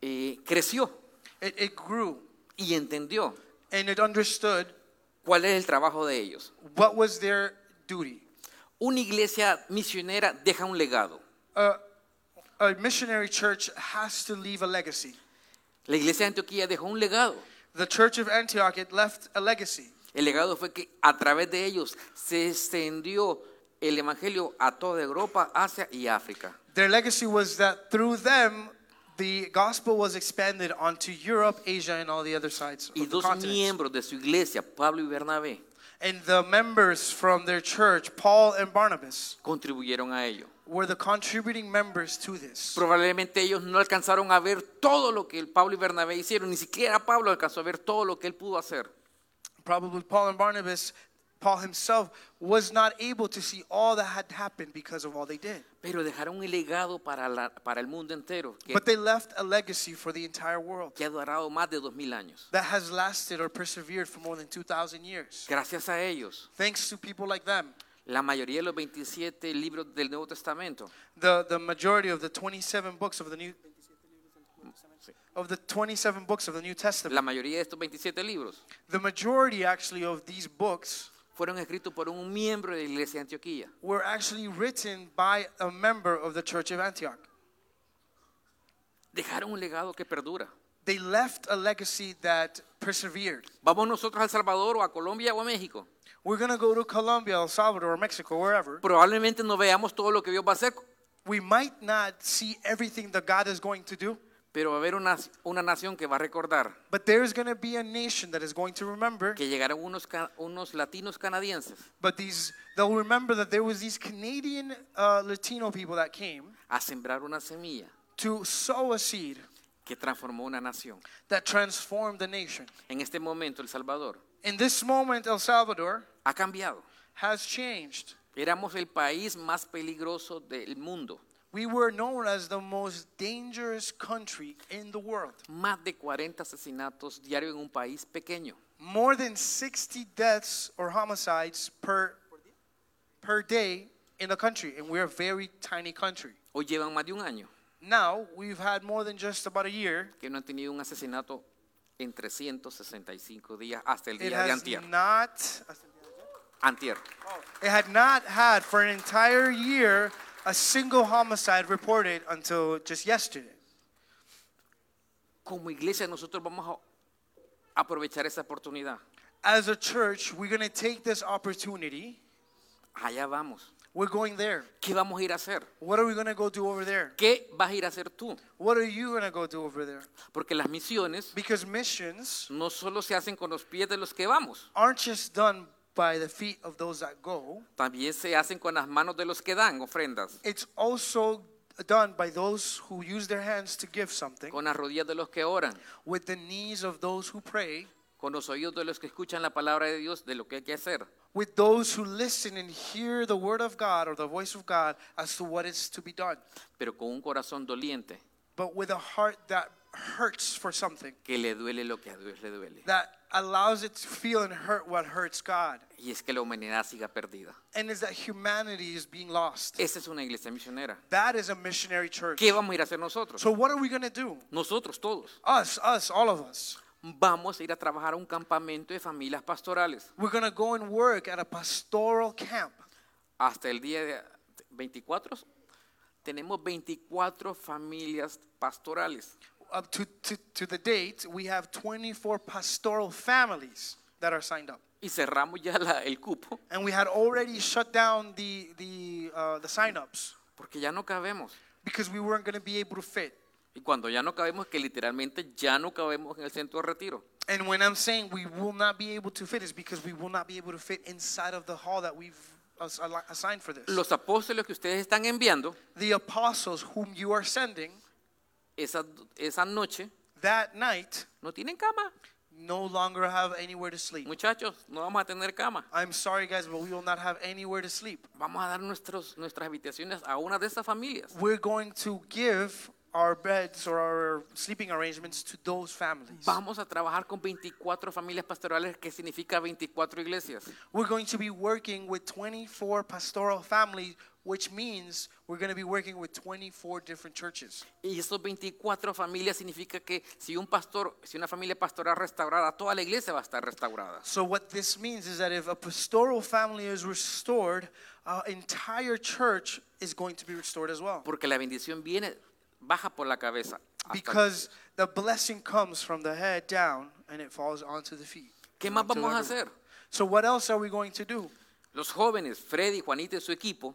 eh, creció it, it grew y entendió and it understood cuál es el trabajo de ellos. what was their duty. Una iglesia misionera deja un legado. A, a missionary church has to leave a legacy. La iglesia de Antioquía dejó un legado. The church of Antioch, it left a legacy. El legado fue que a través de ellos se extendió el evangelio a toda Europa, Asia y África. Their legacy was that through them, the gospel was expanded onto Europe, Asia, and all the other sides Y of the dos continent. miembros de su iglesia, Pablo y Bernabé, And the members from their church, Paul and Barnabas, contribuyeron a ello. were the contributing members to this. Probablemente ellos no alcanzaron a ver todo lo que el Pablo y Bernabé hicieron, ni siquiera Pablo alcanzó a ver todo lo que él pudo hacer. Probably Paul and Barnabas, Paul himself was not able to see all that had happened because of all they did. Pero dejaron un legado para, la- para el mundo entero que, But they left a legacy for the entire world que ha durado más de dos mil años. that has lasted or persevered for more than 2,000 years. Gracias a ellos, Thanks to people like them, la mayoría de los 27 libros del Nuevo Testamento the, the majority of the 27 books of the New of the 27 books of the New Testament. La mayoría de estos 27 libros The majority, actually, of these books fueron escritos por un miembro de la iglesia de Antioquía. were actually written by a member of the church of Antioch. Dejaron un legado que perdura. They left a legacy that persevered. Vamos nosotros a El Salvador o a Colombia o a México. We're going to go to Colombia, El Salvador, or Mexico, wherever. Probablemente no veamos todo lo que Dios va a hacer, We might not see everything that God is going to do, pero va a haber una, una nación que va a recordar but there is going to be a nation that is going to remember. que llegaron unos, ca- unos latinos canadienses But these, they'll remember that there was these Canadian uh, Latino people that came a sembrar una semilla to sow a seed que transformó una nación. that transformed the nation. En este momento El Salvador In this moment, El Salvador ha cambiado. has changed. Éramos el país más peligroso del mundo. We were known as the most dangerous country in the world. Más de 40 asesinatos diarios en un país pequeño. More than 60 deaths or homicides per, per day in the country, and we're a very tiny country. Hoy llevan más de un año Now, we've had more than just about a year. que no han tenido un asesinato en 365 días hasta el It día de has antier. not, Antier. it had not had for an entire year a single homicide reported until just yesterday. Como iglesia nosotros vamos a aprovechar esa oportunidad. As a church, we're going to take this opportunity. Allá vamos. We're going there. ¿Qué vamos a ir a hacer? What are we going to go do over there? ¿Qué vas a ir a hacer tú? What are you going to go do over there? Porque las misiones Because missions no solo se hacen con los pies de los que vamos, aren't just done by the feet of those that go, también se hacen con las manos de los que dan ofrendas, it's also done by those who use their hands to give something, con las rodillas de los que oran, with the knees of those who pray, con los oídos de los que escuchan la palabra de Dios de lo que hay que hacer. with those who listen and hear the word of God or the voice of God as to what is to be done, pero con un corazón doliente but with a heart that hurts for something, que le duele lo que a Dios le duele. that allows it to feel and hurt what hurts God, Y es que la humanidad siga perdida. and is that humanity is being lost. Esa es una iglesia misionera. That is a missionary church. ¿Qué vamos a ir a hacer nosotros? So, what are we going to do? Nosotros todos. Us, us, all of us. Vamos a ir a trabajar a un campamento de familias pastorales. We're going to go and work at a pastoral camp. Hasta el día de 24 tenemos 24 familias pastorales. Up to, to, to the date, we have 24 pastoral families that are signed up. Y cerramos ya la- el cupo And we had already shut down the, the, uh, the sign-ups porque ya no cabemos. because we weren't going to be able to fit. Y cuando ya no cabemos, que literalmente ya no cabemos en el centro de retiro. And when I'm saying we will not be able to fit, it's because we will not be able to fit inside of the hall that we've as- al- assigned for this. Los apóstoles que ustedes están enviando The apostles whom you are sending esa, esa noche that night no tienen cama. no longer have anywhere to sleep. Muchachos, no vamos a tener cama. I'm sorry, guys, but we will not have anywhere to sleep. Vamos a dar nuestros, nuestras habitaciones a una de esas familias. We're going to give our beds or our sleeping arrangements to those families. Vamos a trabajar con 24 familias pastorales, que significa 24 iglesias. We're going to be working with 24 pastoral families, which means we're going to be working with 24 different churches. Y esos 24 familias significa que si un pastor, si una familia pastoral restaurada, toda la iglesia va a estar restaurada. So, what this means is that if a pastoral family is restored, our entire church is going to be restored as well. Porque la bendición viene, baja por la cabeza. hasta- Because the blessing comes from the head down and it falls onto the feet. ¿Qué más Onto vamos a everyone. hacer? So, what else are we going to do? Los jóvenes, Freddy, Juanita y su equipo,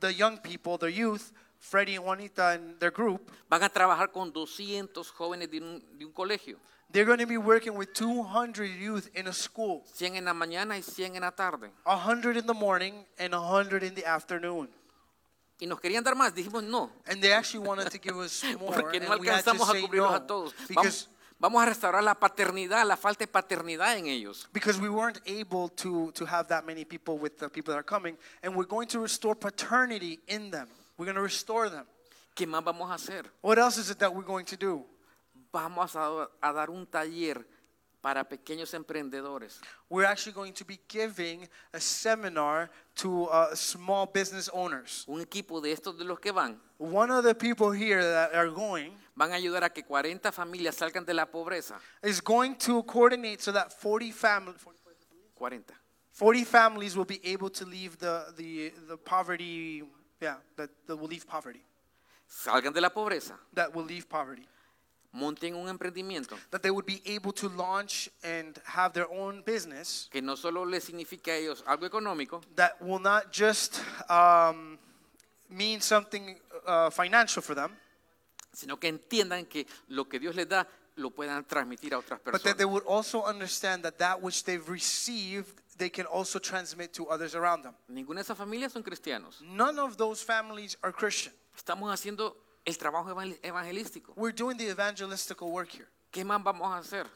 the young people, the youth, Freddie and Juanita and their group, van a trabajar con 200 jóvenes de un- de un colegio. they're going to be working with 200 youth in a school, 100 en la mañana y 100 en la tarde. 100 in the morning and 100 in the afternoon. Y nos querían dar más, dijimos no, And they actually wanted to give us more, *laughs* porque no and we had to alcanzamos a say cubrirlos no, a todos. because, Vamos, vamos a restaurar la paternidad, la falta de paternidad en ellos. because we weren't able to, to have that many people with the people that are coming, and we're going to restore paternity in them. We're going to restore them. ¿Qué más vamos a hacer? What else is it that we're going to do? Vamos a, a dar un taller para pequeños emprendedores. We're actually going to be giving a seminar to uh, small business owners. Un equipo de estos de los que van One of the people here that are going van a ayudar a que 40 familias salgan de la pobreza. is going to coordinate so that 40 families. 40. 40 families will be able to leave the, the, the poverty, yeah, that, that will leave poverty. Salgan de la pobreza, That will leave poverty. monten un emprendimiento That they would be able to launch and have their own business que no solo les signifique a ellos algo económico, that will not just um, mean something uh, financial for them, sino que entiendan que lo que Dios les da lo puedan transmitir a otras but that they personas. would also understand that that which they've received, they can also transmit to others around them. Ninguna de esas familias son cristianos. None of those families are Christian. Estamos haciendo el trabajo evangel- evangelístico. We're doing the evangelistical work here. ¿Qué más vamos a hacer?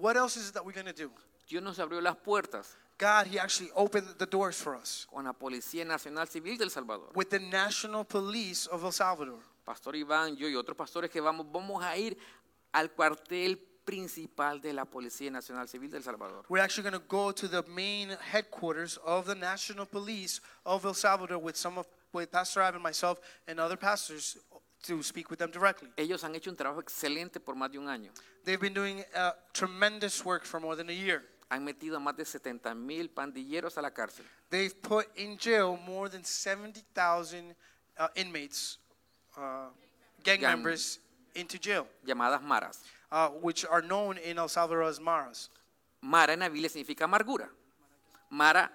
What else is it that we're going to do? Dios nos abrió las puertas God, He actually opened the doors for us. con la Policía Nacional Civil del Salvador. with the National Police of El Salvador. Pastor Iván, yo y otros pastores que vamos, vamos a ir al cuartel principal de la Policía Nacional Civil del Salvador. We're actually going to go to the main headquarters of the National Police of El Salvador with some of with Pastor Ivan, myself, and other pastors to speak with them directly. Ellos han hecho un trabajo excelente por más de un año. They've been doing uh, tremendous work for more than a year. Han metido a más de 70 mil pandilleros a la cárcel. They've put in jail more than 70,000 uh, inmates, uh, gang Gang. members, into jail, llamadas maras. uh, which are known in El Salvador as maras. Mara en Avila significa amargura. Mara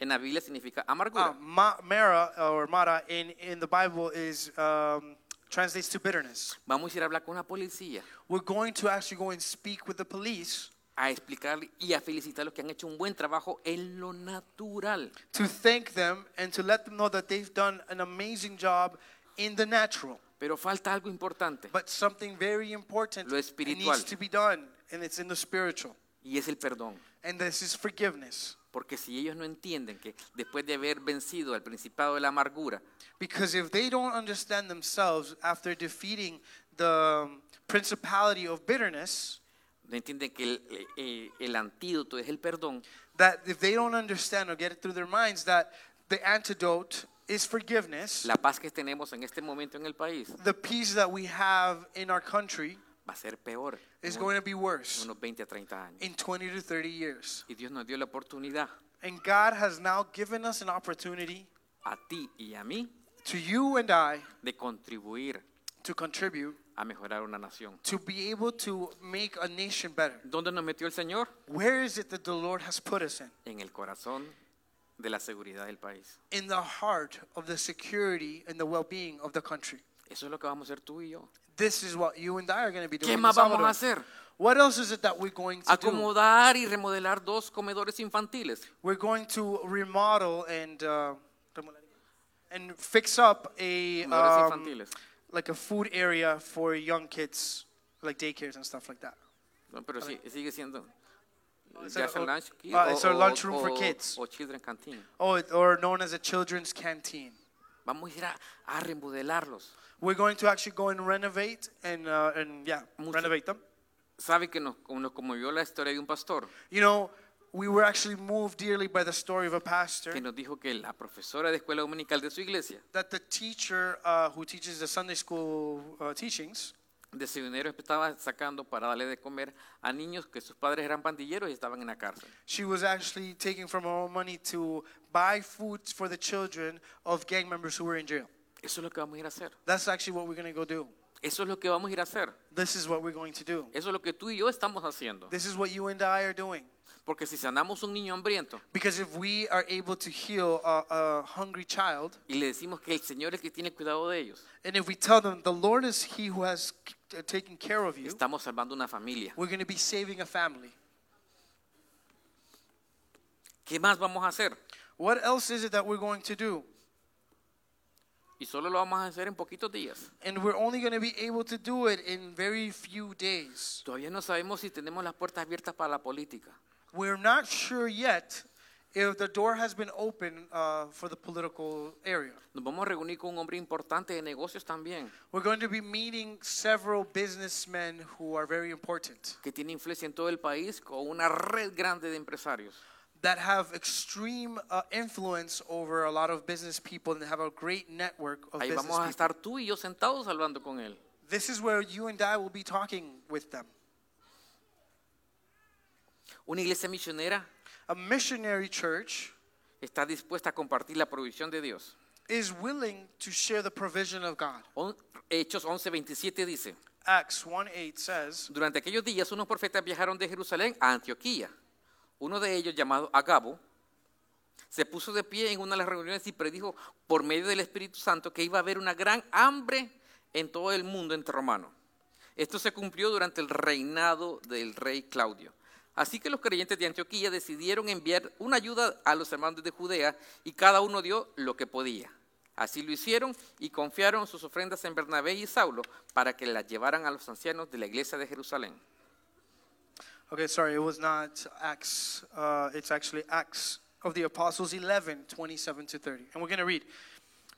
en Avila significa amargura. Uh, ma- Mara or Mara in, in the Bible is um, translates to bitterness. Vamos a ir a hablar con la policía, We're going to actually go and speak with the police a explicar y a felicitar a los que han hecho un buen trabajo en lo natural. to thank them and to let them know that they've done an amazing job in the natural. Pero falta algo importante But something very important Lo it needs espiritual. to be done, and it's in the spiritual. y es el perdón. And this is forgiveness. Porque si ellos no entienden que después de haber vencido al principado de la amargura, Because if they don't understand themselves after defeating the um, principality of bitterness, no entienden que el, eh, el antídoto es el perdón, that if they don't understand or get it through their minds that the antidote is forgiveness, la paz que tenemos en este momento en el país the peace that we have in our country va a ser peor is en going to be worse unos 20 a 30 años. in 20 to 30 years. Y Dios nos dio la oportunidad And God has now given us an opportunity a ti y a mí to you and I de contribuir to contribute, a mejorar una nación. to be able to make a nation better. ¿Dónde nos metió el Señor? Where is it that the Lord has put us in? En el corazón de la seguridad del país. In the heart of the security and the well being of the country. Eso es lo que vamos a hacer tú y yo. This is what you and I are going to be doing. ¿Qué in más vamos a hacer? Salvador. What else is it that we're going to do? Acomodar y remodelar dos comedores infantiles. We're going to remodel and uh, and fix up a Comedores um, infantiles. like a food area for young kids, like daycares and stuff like that. No, pero sí, sigue siendo. It's just a- a lunch kid ah, o- it's a o- lunchroom for o- kids. o children canteen. Oh, it- or known as a children's canteen. Vamos a ir a, a remodelarlos. We're going to actually go and renovate and uh, and yeah, Mucho- renovate them. ¿Sabe que nos, como nos conmovió la historia de un pastor You know, we were actually moved dearly by the story of a pastor que nos dijo que la profesora de escuela dominical de su iglesia, that the teacher uh, who teaches the Sunday school uh, teachings. de su dinero estaba sacando para darle de comer a niños que sus padres eran pandilleros y estaban en la cárcel? She was actually taking from her own money to buy food for the children of gang members who were in jail. Eso es lo que vamos a ir a hacer. That's actually what we're going to go do. Eso es lo que vamos a ir a hacer. This is what we're going to do. Eso es lo que tú y yo estamos haciendo. This is what you and I are doing. Porque si sanamos un niño hambriento Because if we are able to heal a, a hungry child, y le decimos que el Señor es el que tiene cuidado de ellos, and if we tell them the Lord is He who has c- taken care of you, estamos salvando una familia. we're going to be saving a family. ¿Qué más vamos a hacer? What else is it that we're going to do? Y solo lo vamos a hacer en poquitos días. And we're only going to be able to do it in very few days. Todavía no sabemos si tenemos las puertas abiertas para la política. We're not sure yet if the door has been open uh, for the political area. Nos vamos a reunir con un hombre importante de negocios también, We're going to be meeting several businessmen who are very important, que tiene influencia en todo el país con una red grande de empresarios. that have extreme uh, influence over a lot of business people and have a great network of Ahí business vamos a people. estar tú y yo sentados hablando con él. This is where you and I will be talking with them. Una iglesia misionera A missionary church está dispuesta a compartir la provisión de Dios. is willing to share the provision of God. On- Hechos 11:27 dice, Acts 1:8 says, durante aquellos días unos profetas viajaron de Jerusalén a Antioquía. Uno de ellos, llamado Agabo, se puso de pie en una de las reuniones y predijo por medio del Espíritu Santo que iba a haber una gran hambre en todo el mundo entre romanos. Esto se cumplió durante el reinado del rey Claudio. Así que los creyentes de Antioquía decidieron enviar una ayuda a los hermanos de Judea y cada uno dio lo que podía. Así lo hicieron y confiaron sus ofrendas en Bernabé y Saulo para que las llevaran a los ancianos de la iglesia de Jerusalén. okay, sorry, it was not Acts. Uh, it's actually Acts of the Apostles 11, 27 to 30. And we're going to read.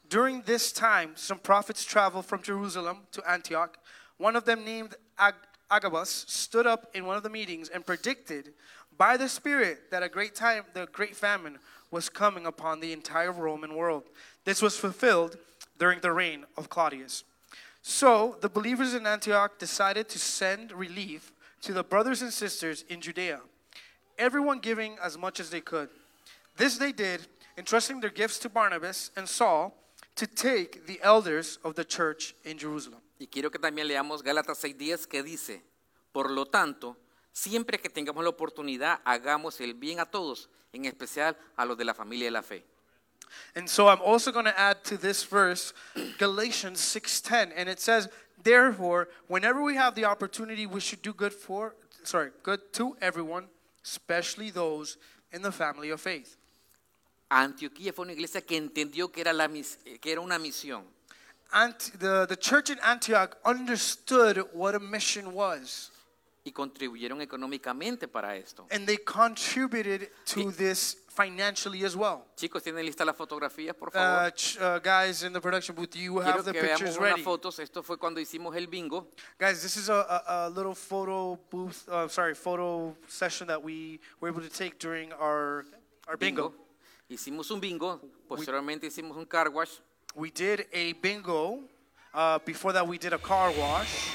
During this time, some prophets traveled from Jerusalem to Antioch. One of them, named Ag- Agabus, stood up in one of the meetings and predicted by the Spirit that a great time, the great famine, was coming upon the entire Roman world. This was fulfilled during the reign of Claudius. So the believers in Antioch decided to send relief to the brothers and sisters in Judea, everyone giving as much as they could. This they did, entrusting their gifts to Barnabas and Saul to take the elders of the church in Jerusalem. Y quiero que también leamos Gálatas 6:10 que dice, por lo tanto, siempre que tengamos la oportunidad, hagamos el bien a todos, en especial a los de la familia de la fe. And so I'm also going to add to this verse Galatians 6:10 and it says therefore whenever we have the opportunity we should do good for sorry good to everyone especially those in the family of faith. Antioquía fue una iglesia que entendió que era, la mis- eh, que era una misión. Ant- the, the church in Antioch understood what a mission was, y contribuyeron económicamente para esto. and they contributed to this financially as well. Chicos, ¿tienen listas las fotografías, por Uh, favor? ch- uh, guys in the production booth, do you Quiero have the que veamos pictures unas ready? fotos. Esto fue cuando hicimos el bingo. Guys, this is a, a, a little photo booth, uh, sorry, photo session that we were able to take during our, our bingo. Hicimos un bingo, posteriormente hicimos un car wash We did a bingo. Uh, before that, we did a car wash.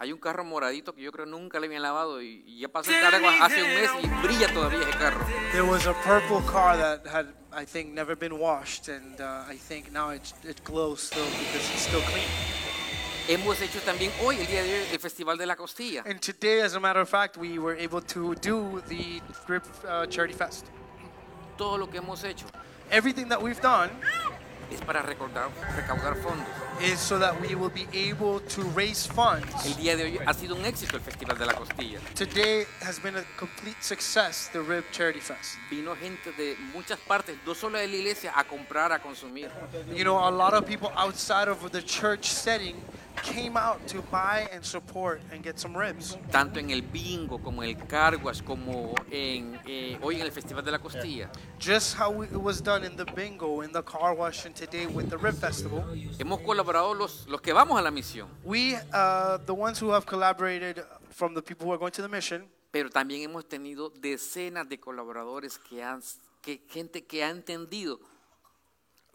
Hay un carro moradito que yo creo nunca le habían lavado y y ya pasó el cargo hace un mes y brilla todavía ese carro. There was a purple car that had, I think, never been washed, and uh, I think now it, it glows still because it's still clean. Hemos hecho también hoy, el día de hoy, el Festival de la Costilla. And today, as a matter of fact, we were able to do the Grip uh, Charity Fest. Todo lo que hemos hecho Everything that we've done es para recordar, recaudar fondos. is so that we will be able to raise El funds. día de hoy ha sido un éxito el Festival de la Costilla. Today has been a complete success, the Rib Charity Fest. Vino gente de muchas partes, no solo de la iglesia, a comprar, a consumir. You know, a lot of people outside of the church setting came out to buy and support and get some ribs. Tanto en el bingo como en el carguas, como en, eh, hoy en el Festival de la Costilla. Just how we, it was done in the bingo, in the car wash, and today with the Rib Festival. Hemos colaborado los, los que vamos a la misión, We, uh, the ones who have collaborated from the people who are going to the mission, pero también hemos tenido decenas de colaboradores que han, que, gente que ha entendido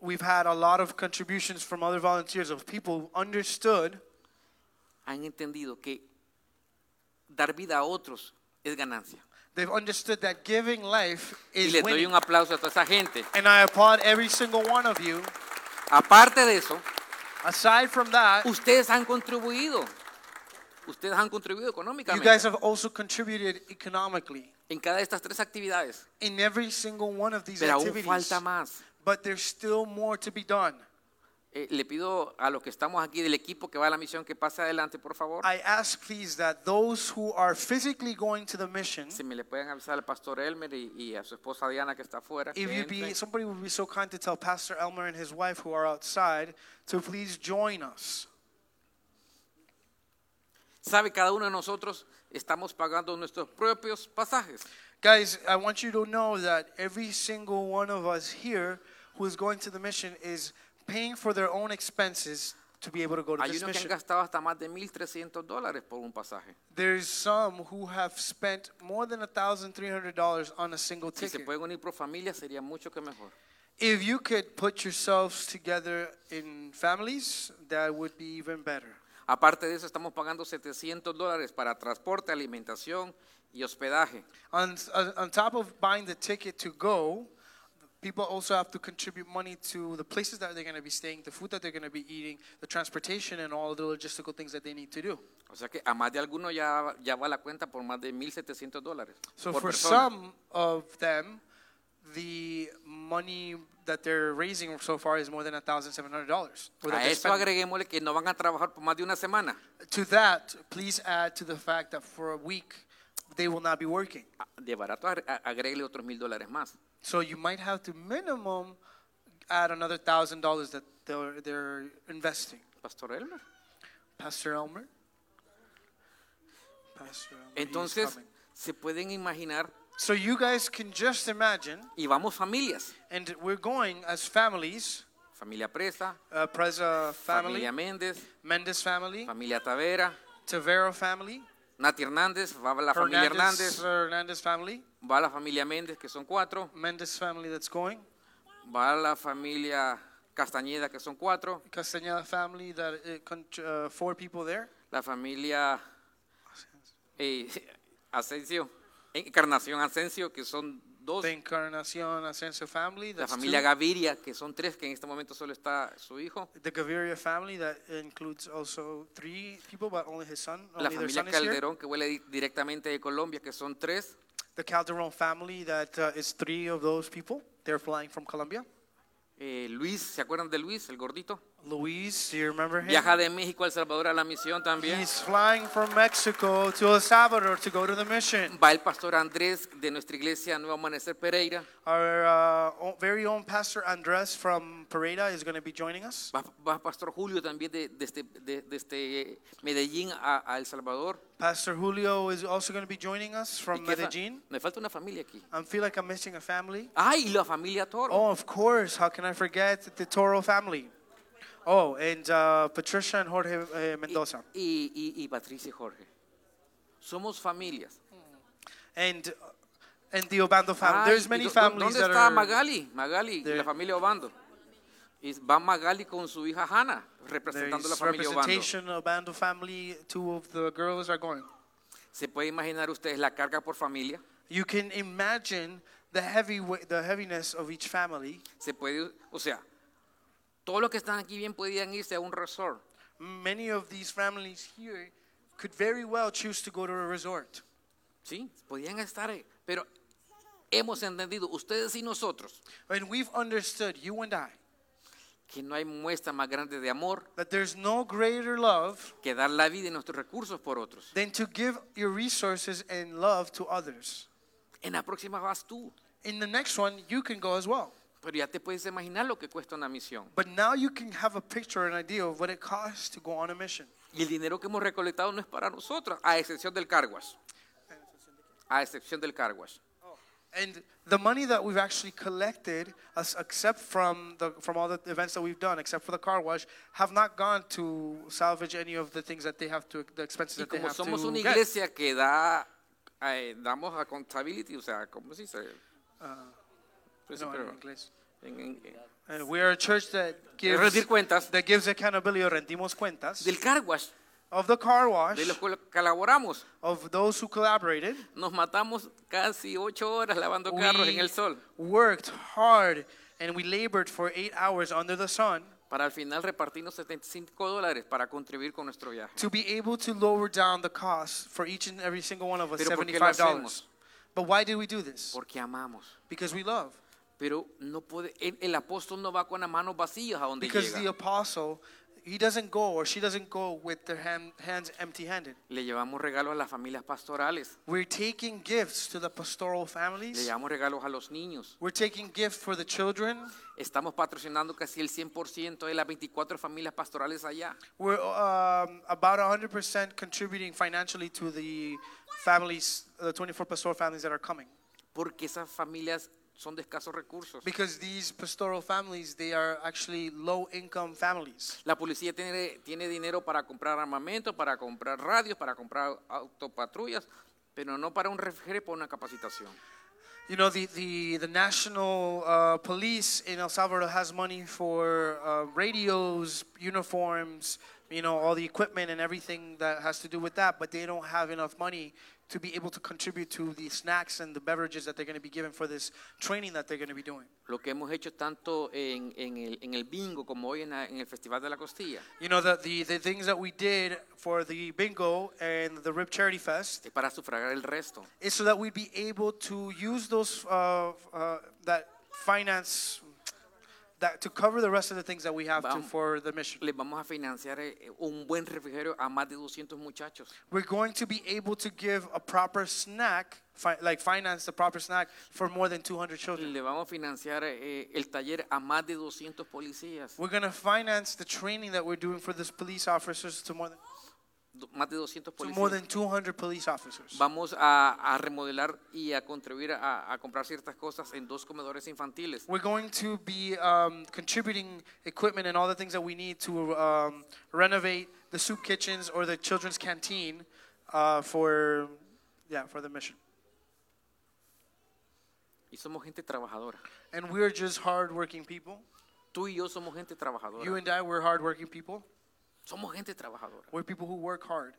we've had a lot of contributions from other volunteers of people who understood han entendido que dar vida a otros es ganancia. they've understood that giving life Y is les doy winning. un aplauso a toda esa gente. And I applaud every single one of you. Aparte de eso, Aside from that, ustedes han contribuido. Ustedes han contribuido you guys económicamente have also contributed economically en cada de estas tres actividades. in every single one of these Pero aún activities. falta más. But there's still more to be done. Eh, le pido a los que estamos aquí del equipo que va a la misión que pase adelante, por favor. I ask, please, that those who are physically going to the mission, Si me le pueden avisar al pastor Elmer y, y a su esposa Diana que está afuera. if que you be entren. somebody would be so kind to tell Pastor Elmer and his wife who are outside to please join us. Sabe, cada uno de nosotros estamos pagando nuestros propios pasajes. Guys, I want you to know that every single one of us here who is going to the mission is paying for their own expenses to be able to go to Hay this unos que han mission. gastado hasta más de 1.300 dólares por un pasaje. There's some who have spent more than $1,300 on a single Si se ticket. pueden unir por familia sería mucho que mejor. If you could put yourselves together in families, that would be even better. Aparte de eso, estamos pagando 700 dólares para transporte, alimentación y hospedaje. On, on- on top of buying the ticket to go, people also have to contribute money to the places that they're going to be staying, the food that they're going to be eating, the transportation, and all the logistical things that they need to do. O sea que a más de alguno ya, ya va la cuenta por más de 1.700 dólares. So por for persona. some of them, the money that they're raising so far is more than $1,700. or that a they're eso spending. agreguémosle que no van a trabajar por más de una semana. To that, please add to the fact that for a week, they will not be working. A- Ah, De barato agre- a- agréguele otros mil dólares más. So you might have to minimum add another thousand dollars that they're, they're investing. Pastor Elmer. Pastor Elmer? Pastor Elmer. he's Entonces, coming. se pueden imaginar, so you guys can just imagine, y vamos familias. and we're going as families, Familia Presa, uh, Preza family, familia Méndez, Mendes family, familia Tavera, Tavero family, Nati Hernández, va la familia Hernández, Hernandez, Hernandez family, va la familia Méndez, que son cuatro, Mendes family that's going, va la familia Castañeda, que son cuatro, Castañeda family that uh, con- uh, four people there, la familia eh, *laughs* Asensio, Encarnación Asensio, que son dos, the Encarnacion Ascenso family, la that's familia two. Gaviria, que son tres, que en este momento solo está su hijo, the Gaviria family that includes also three people, but only his son. la Only their familia son is here. Calderón, que huele di- directamente de Colombia, que son tres, The Calderon family that uh, is three of those people. They're flying from Colombia. eh, Luis, ¿se acuerdan de Luis, el gordito? Luis, do you remember him? Viaja de México a El Salvador a la misión también. He's flying from Mexico to El Salvador to go to the mission. Va el pastor Andrés de nuestra iglesia Nuevo Amanecer Pereira. Our uh, o- very own pastor Andres from Pareda is going to be joining us. Va, va pastor Julio también de, de este- de- de este Medellín a, a El Salvador. Pastor Julio is also going to be joining us from Y que fa- Medellin. Me falta una familia aquí. I feel like I'm missing a family. ¡Ay! y la familia Toro. Oh, of course. How can I forget the Toro family? Oh, and uh, Patricia and Jorge uh, y, Mendoza. y- y- y Patricia y Jorge. Somos familias. And uh, and the Obando family. Ay, There's Ah, ¿y many dó- families ¿Dónde that está are. Magali? Magali, y la There. familia Obando. Y va Magali con su hija Hanna, representando la There's familia Obando. representation of Obando family. Two of the girls are going. Se puede imaginar ustedes la carga por familia. You can imagine the heavy we- the heaviness of each family. Se puede, o sea, todos los que están aquí bien podían irse a un resort. Many of these families here could very well choose to go to a resort. Sí, podían estar, ahí, pero hemos entendido, ustedes y nosotros, And we've understood, you and I, que no hay muestra más grande de amor that there's no greater love que dar la vida y nuestros recursos por otros. than to give your resources and love to others. En la próxima vas tú, In the next one, you can go as well. pero ya te puedes imaginar lo que cuesta una misión. But now you can have a picture, an idea of what it costs to go on a mission. Y el dinero que hemos recolectado no es para nosotros, a excepción del carguas. A excepción del carguas. And the money that we've actually collected, as- except from the from all the events that we've done, except for the car wash, have not gone to salvage any of the things that they have to the expenses Y that they como have somos to una get. iglesia que da, eh, damos accountability, o sea, ¿cómo se dice? Pues sí, Ah, No, pero- en inglés. en- en- Uh, we are a church that gives rendir cuentas. that gives accountability or rendimos cuentas del carguas, of the car wash de los que colaboramos. of those who collaborated. Nos matamos casi ocho horas lavando carros en el sol worked hard and we labored for eight hours under the sun para al final repartirnos 75 dólares para contribuir con nuestro viaje. to be able to lower down the cost for each and every single one of us Pero ¿por qué lo $75. hacemos? But why did we do this? Porque amamos. Because we love. Pero no puede, el, el apóstol no va con las manos vacías a donde Because the llega. apostle he doesn't go or she doesn't go with their hand, hands empty-handed. Le llevamos regalos a las familias pastorales. We're taking gifts to the pastoral Le families. llevamos regalos a los niños. We're taking gifts for the children. Estamos patrocinando casi el 100% de las 24 familias pastorales allá. We're um, about 100% contributing financially to the families, the 24 pastoral families that are coming. Porque esas familias son de escasos recursos. Because these pastoral families, they are actually low-income families. La policía tiene, tiene dinero para comprar armamento, para comprar radios, para comprar autopatrullas, pero no para un refrigerio, para una capacitación. You know, the, the, the national uh, police in El Salvador has money for uh, radios, uniforms, you know, all the equipment and everything that has to do with that, but they don't have enough money to be able to contribute to the snacks and the beverages that they're going to be given for this training that they're going to be doing. Lo que hemos hecho tanto en, en el, en el bingo como hoy en, la- en el Festival de la Costilla You know, the, the, the things that we did for the bingo and the RIP Charity Fest es para sufragar el resto. is so that we'd be able to use those, uh, uh, that finance, that to cover the rest of the things that we have to, Vamos. for the mission. Les vamos a financiar eh, un buen refrigerio a más de 200 muchachos. We're going to be able to give a proper snack, fi- like finance the proper snack for more than 200 children. Le vamos a financiar eh, el taller a más de 200 policías. We're going to finance the training that we're doing for these police officers to more than, Do- Más de 200 to more policías. than 200 police officers. Vamos a, a remodelar y a contribuir a, a comprar ciertas cosas en dos comedores infantiles. We're going to be um, contributing equipment and all the things that we need to um, renovate the soup kitchens or the children's canteen uh, for, yeah, for the mission. Y somos gente trabajadora. And we're just hardworking people. Tú y yo somos gente trabajadora. You and I, we're hardworking people. Somos gente trabajadora. We're people who work hard.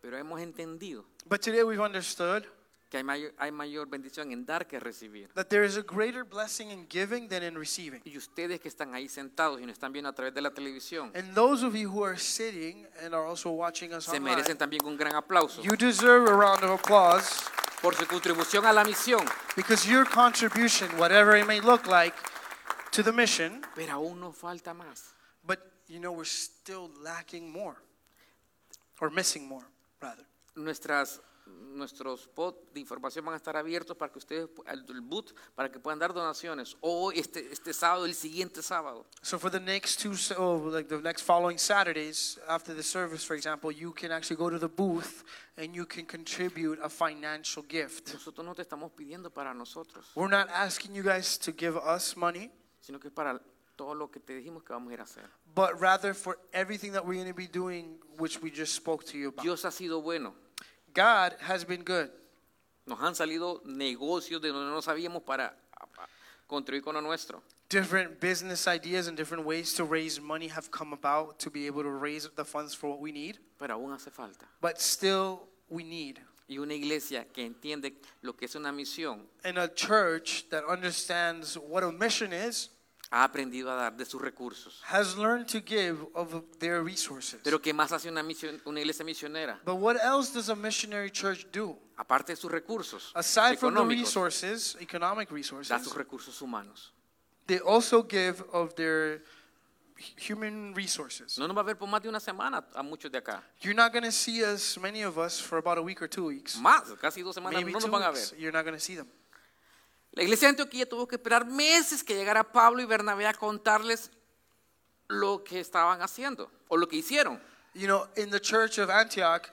Pero hemos entendido But today we've understood que hay mayor, hay mayor bendición en dar que recibir. that there is a greater blessing in giving than in receiving. Y ustedes que están ahí sentados y nos están viendo a través de la televisión, And those of you who are sitting and are also watching us se online, merecen también un gran aplauso you deserve a round of applause. por su contribución a la misión. Because your contribution, whatever it may look like, to the mission, Pero aún nos falta más. but you know, we're still lacking more or missing more, rather. Nuestras, nuestros pods de información van a estar abiertos para que ustedes, pu- el el boot, para que puedan dar donaciones. O este, este sábado, el siguiente sábado. So for the next two, s- oh, like the next following Saturdays after the service, for example, you can actually go to the booth and you can contribute a financial gift. Nosotros no te estamos pidiendo para nosotros, We're not asking you guys to give us money, sino que es para todo lo que te dijimos que vamos a ir a hacer. but rather for everything that we're going to be doing, which we just spoke to you about. Dios ha sido bueno. God has been good. Nos han salido negocios de donde no sabíamos para a- a- contribuir con lo nuestro. different business ideas and different ways to raise money have come about to be able to raise the funds for what we need, Pero aún hace falta. but still we need. Y una iglesia que entiende lo que es una misión And a church that understands what a mission is ha aprendido a dar de sus recursos. has learned to give of their resources. Pero ¿qué más hace una, misión, una iglesia misionera? But what else does a missionary church do? Aparte de sus recursos Aside from the económicos, resources, economic da resources, sus recursos humanos. they also give of their hu- human resources. No nos va a ver por más de una semana a muchos de acá. You're not going to see us, many of us, for about a week or two weeks. Más, casi dos semanas Maybe no two nos van a weeks. ver. You're not going to see them. La iglesia de Antioquía tuvo que esperar meses que llegara Pablo y Bernabé a contarles lo que estaban haciendo o lo que hicieron. You know, in the church of Antioch,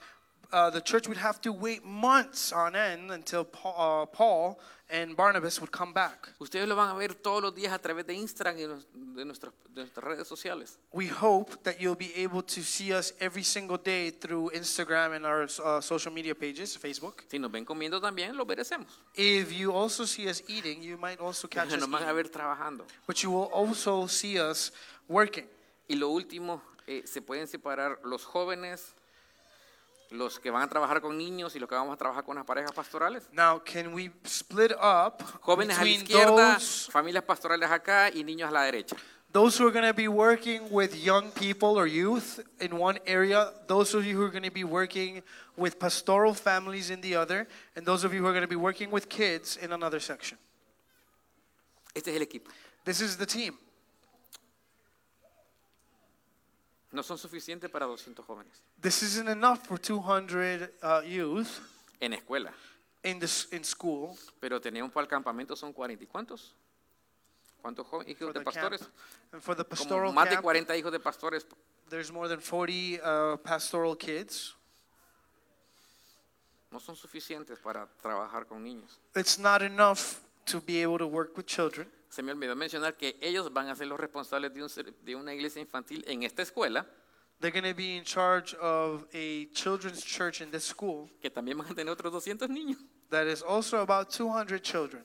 uh, the church would have to wait months on end until Paul, uh, Paul and Barnabas would come back. Ustedes lo van a ver todos los días a través de Instagram y nos- de nuestras, de nuestras redes sociales. We hope that you'll be able to see us every single day through Instagram and our uh, social media pages, Facebook. Si nos ven comiendo también, lo merecemos. If you also see us eating, you might *laughs* also catch us Nos van a eating, ver trabajando. but you will also see us working. Y lo último, eh, se pueden separar los jóvenes, los que van a trabajar con niños y los que vamos a trabajar con las parejas pastorales. Now, can we split up Jóvenes a la between izquierda, those, familias pastorales acá y niños a la derecha. Those who are going to be working with young people or youth in one area, those of you who are going to be working with pastoral families in the other, and those of you who are going to be working with kids in another section. Este es el equipo. This is the team. No son suficientes para 200 jóvenes This isn't enough for 200 uh, youth en escuela. in, this, in school. Pero tenemos para el campamento son 40 y cuántos. ¿Cuántos jo- hijos For de the camp. pastores? And for the Como pastoral más de camp, 40 hijos de pastores. there's more than 40 uh, pastoral kids. No son suficientes para trabajar con niños. It's not enough to be able to work with children. Se me olvidó mencionar que ellos van a ser los responsables de, un ser- de una iglesia infantil en esta escuela, They're going to be in charge of a children's church in this school que también van a tener otros 200 niños. that is also about 200 children.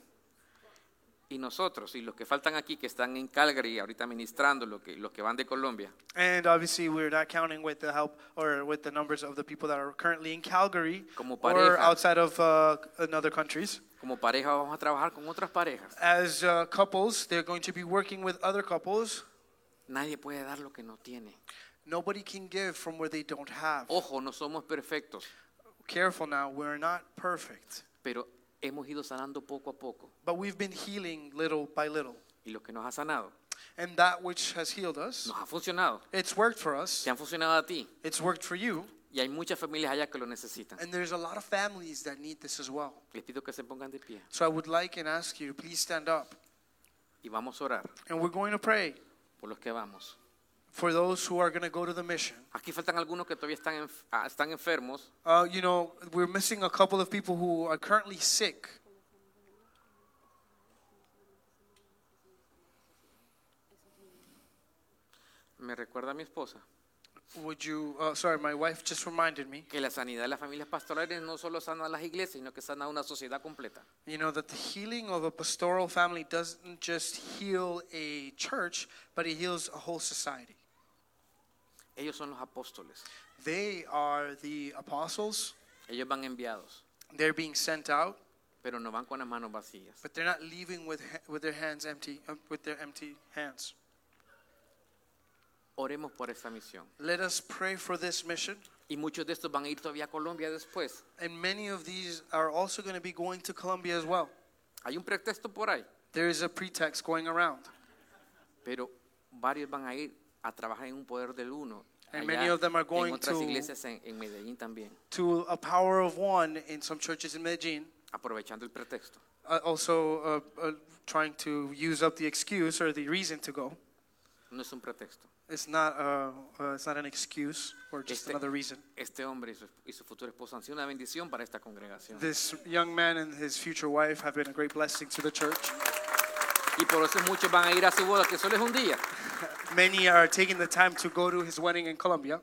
Y nosotros, y los que faltan aquí, que están en Calgary ahorita ministrando, los que, los que van de Colombia, And obviously, we're not counting with the help or with the numbers of the people that are currently in Calgary Como or pareja. outside of uh, in other countries. como pareja vamos a trabajar con otras parejas. As uh, couples, they're going to be working with other couples. Nadie puede dar lo que no tiene. Nobody can give from where they don't have. Ojo, no somos perfectos, Careful now, we're not perfect, pero hemos ido sanando poco a poco. but we've been healing little by little. Y lo que nos ha sanado, And that which has healed us, nos ha funcionado. it's worked for us, Te han funcionado a ti. it's worked for you, Y hay muchas familias allá que lo necesitan. and there's a lot of families that need this as well. Les pido que se pongan de pie. So I would like and ask you, please stand up. Y vamos a orar And we're going to pray por los que vamos. for those who are going to go to the mission. Aquí faltan algunos que todavía están, enf- ah, están enfermos. Uh, you know, we're missing a couple of people who are currently sick. Me recuerda a mi esposa Would you, uh, sorry, my wife just reminded me. que la sanidad de las familias pastorales no solo sana a las iglesias, sino que sana a una sociedad completa. You know that the healing of a pastoral family doesn't just heal a church, but it heals a whole society. Ellos son los apóstoles. They are the apostles. Ellos van enviados, They're being sent out, pero no van con las manos vacías. but they're not leaving with ha- with their hands empty, um, with their empty hands. Oremos por esa misión. Let us pray for this mission. Y muchos de estos van a ir todavía a Colombia después. And many of these are also going to be going to Colombia as well. Hay un pretexto por ahí, There is a pretext going around, pero varios van a ir a trabajar en un poder del uno. And allá many of them are going en otras to- iglesias en, en Medellín también, to a power of one in some churches in Medellin, aprovechando el pretexto. uh, also uh, uh, trying to use up the excuse or the reason to go. No es un pretexto. It's not, uh, uh, it's not an excuse or just Este- another reason. Este hombre y su, y su futuro esposo han sido una bendición para esta congregación. This young man and his future wife have been a great blessing to the church. Y por eso muchos van a ir a su boda, que solo es un día. Many are taking the time to go to his wedding in Colombia.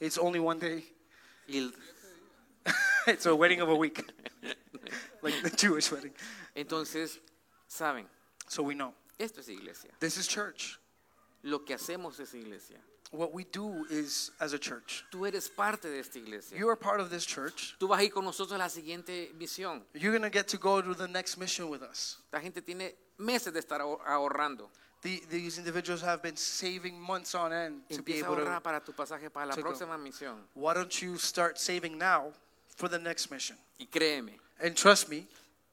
It's only one day. *laughs* Y el- it's a wedding of a week, *laughs* like the Jewish wedding. entonces, saben, So we know esto es iglesia. this is church. Lo que hacemos es iglesia. What we do is as a church. Tú eres parte de esta iglesia. You are part of this church. Tú vas a ir con nosotros a la siguiente misión. You're gonna get to go to the next mission with us. La gente tiene meses de estar ahor- ahorrando. The, these individuals have been saving months on end to be Empieza a able to ahorrar para tu pasaje para la to go. próxima misión. Why don't you start saving now for the next mission? Y créeme, And trust me,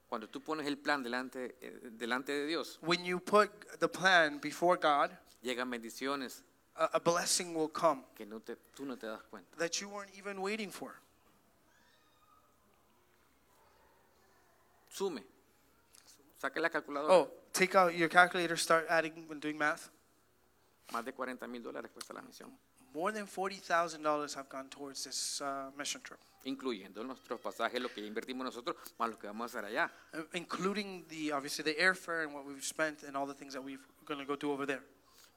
cuando tú pones el plan delante, eh, delante de Dios, when you put the plan before God, llegan bendiciones a, a blessing will come que no te, tú no te das cuenta. that you weren't even waiting for. Sume. Saque la calculadora. Oh, take out your calculator, start adding when doing math. Más de 40 mil dólares cuesta la misión, More than $40,000 have gone towards this uh, mission trip, incluyendo nuestros pasajes, lo que ya invertimos nosotros, más lo que vamos a hacer allá. uh, including the obviously the airfare and what we've spent and all the things that we're going to go do over there.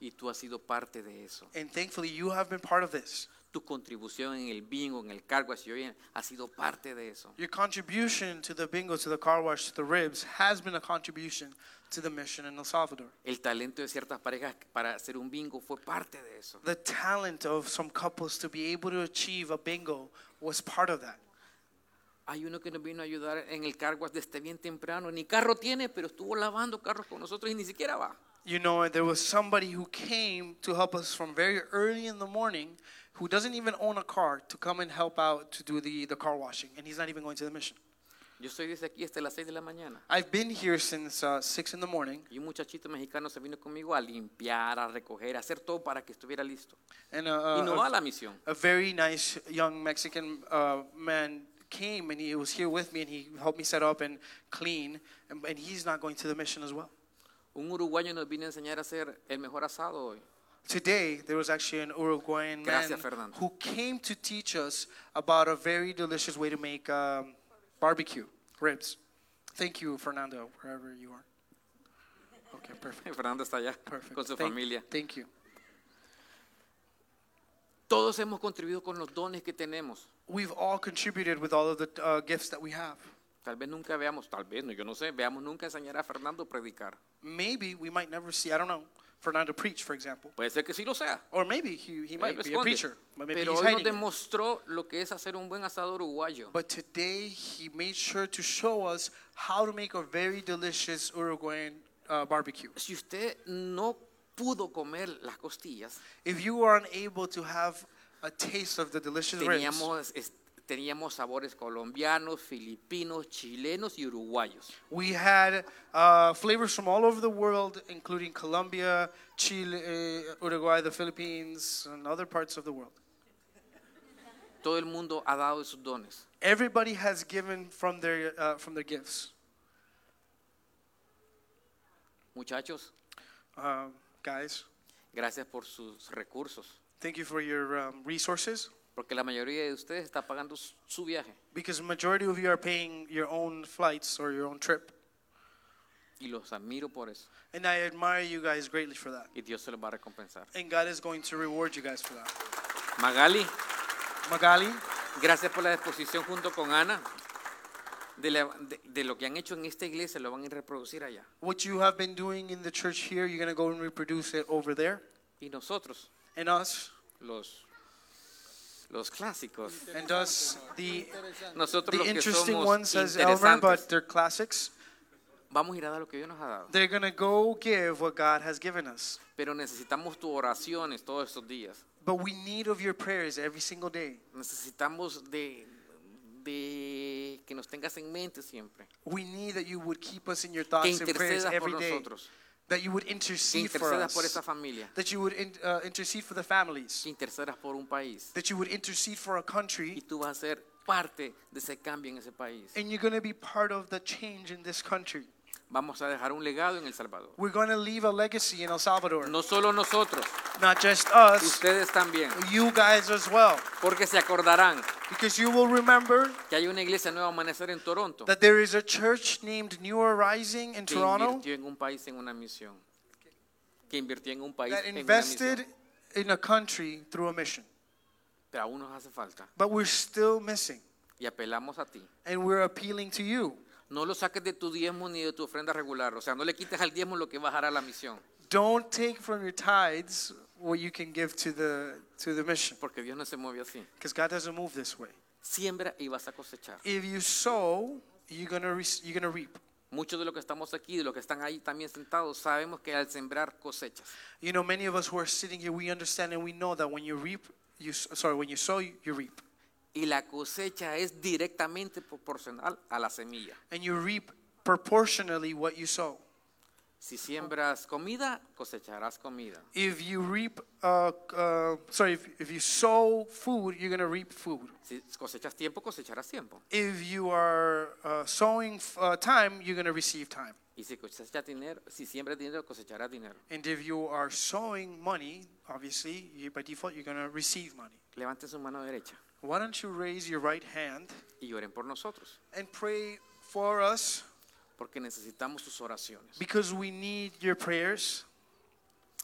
Y tú has sido parte de eso. And thankfully, you have been part of this. Tu contribución en el bingo, en el cargo, así hoy, ha sido parte de eso. Your contribution to the bingo, to the car wash, to the ribs has been a contribution to the mission in El Salvador. El talento de ciertas parejas para hacer un bingo fue parte de eso. The talent of some couples to be able to achieve a bingo was part of that. Hay uno que nos vino a ayudar en el cargo desde bien temprano. Ni carro tiene, pero estuvo lavando carros con nosotros y ni siquiera va. You know, there was somebody who came to help us from very early in the morning who doesn't even own a car to come and help out to do the, the car washing, and he's not even going to the mission. Yo soy desde aquí hasta las 6 de la mañana. I've been here since uh, 6 in the morning, Y un muchachito mexicano se vino conmigo a limpiar, a recoger, a hacer todo para que estuviera listo. and Y no uh, va a a, la misión. a very nice young Mexican uh, man came and he was here with me and he helped me set up and clean, and, and he's not going to the mission as well. Un uruguayo nos vino a enseñar a hacer el mejor asado hoy. *laughs* Today, there was actually an Uruguayan man Gracias, Fernando. who came to teach us about a very delicious way to make um, barbecue ribs. Thank you, Fernando, wherever you are. Okay, perfect. Fernando está allá Perfect. con su Thank- familia. Thank you. Todos hemos contribuido con los dones que tenemos. We've all contributed with all of the uh, gifts that we have. Tal vez nunca veamos, tal vez, no, yo no sé, veamos nunca enseñar a Fernando predicar. Maybe we might never see, I don't know, Fernando preach, for example. Puede ser que sí lo sea. Or maybe he, he Él might lo be a esconde. Eh, preacher. but Maybe Pero he's hoy nos hiding it. demostró lo que es hacer un buen asado uruguayo. But today, he made sure to show us how to make a very delicious Uruguayan uh, barbecue. Si usted no pudo comer las costillas, If you are unable to have a taste of the delicious ribs, teníamos, es- teníamos sabores colombianos, filipinos, chilenos y uruguayos. we had uh, flavors from all over the world, including Colombia, Chile, uh, Uruguay, the Philippines, and other parts of the world. Todo el mundo ha dado de sus dones. Everybody has given from their, uh, from their gifts. Muchachos, Um, guys, gracias por sus recursos, thank you for your um, resources porque la mayoría de ustedes está pagando su- su viaje because majority of you are paying your own flights or your own trip. y los admiro por eso. And I admire you guys greatly for that. Y Dios se los va a recompensar. And God is going to reward you guys for that. Magali, Magali, gracias por la exposición junto con Ana. De, la- de- de lo que han hecho en esta iglesia lo van a reproducir allá. what you have been doing in the church here, you're going to go and reproduce it over there. Y nosotros, And us, los, los clásicos, and us, the, nosotros the los que interesting somos ones, says Elmer, interesantes, but they're classics. vamos a ir a dar lo que Dios nos ha dado. They're going to go give what God has given us. Pero necesitamos tu oraciones todos estos días. But we need of your prayers every single day. Necesitamos de, de que nos tengas en mente siempre. We need that you would keep us in your Que thoughts and prayers intercedas por every day. nosotros. That you would Que intercede for intercedas us. por esa familia. That you would in, uh, intercede for the families. Que intercedas por un país. That you would intercede for our country. Y tú vas a ser parte de ese cambio en ese país. And you're going to be part of the change in this country. Vamos a dejar un legado en El Salvador. We're going to leave a legacy in El Salvador. No solo nosotros, Not just us, ustedes también. you guys as well. Porque se acordarán Because you will remember que hay una iglesia nueva amanecer en Toronto that there is a church named New Rising in que Toronto invirtió en un país en una misión. Que invirtió en un país that en una invested misión. in a country through a mission. Pero aún nos hace falta. But we're still missing. Y apelamos a ti. And we're appealing to you. No lo saques de tu diezmo ni de tu ofrenda regular. O sea, no le quites al diezmo lo que vas a dar a la misión. Don't take from your tithes what you can give to the, to the mission. Porque Dios no se mueve así. Because God doesn't move this way. Siembra y vas a cosechar. If you sow, you're going to you're going to reap. Muchos de los que estamos aquí, de los que están ahí también sentados, sabemos que al sembrar cosechas. You know, many of us who are sitting here, we understand and we know that when you reap, you s- sorry, when you sow, you you reap, Y la cosecha es directamente proporcional a la semilla. and you reap proportionally what you sow. Si siembras comida, cosecharás comida. If you reap, uh, uh, sorry, if, if you sow food, you're gonna reap food. Si cosechas tiempo, cosecharás tiempo. If you are uh, sowing f- uh, time, you're gonna receive time. Y si cosechas dinero, si siembras dinero, cosecharás dinero. And if you are sowing money, obviously, you, by default, you're gonna receive money. Levanten su mano derecha Why don't you raise your right hand y oren por nosotros, and pray for us? porque necesitamos sus oraciones. Because we need your prayers.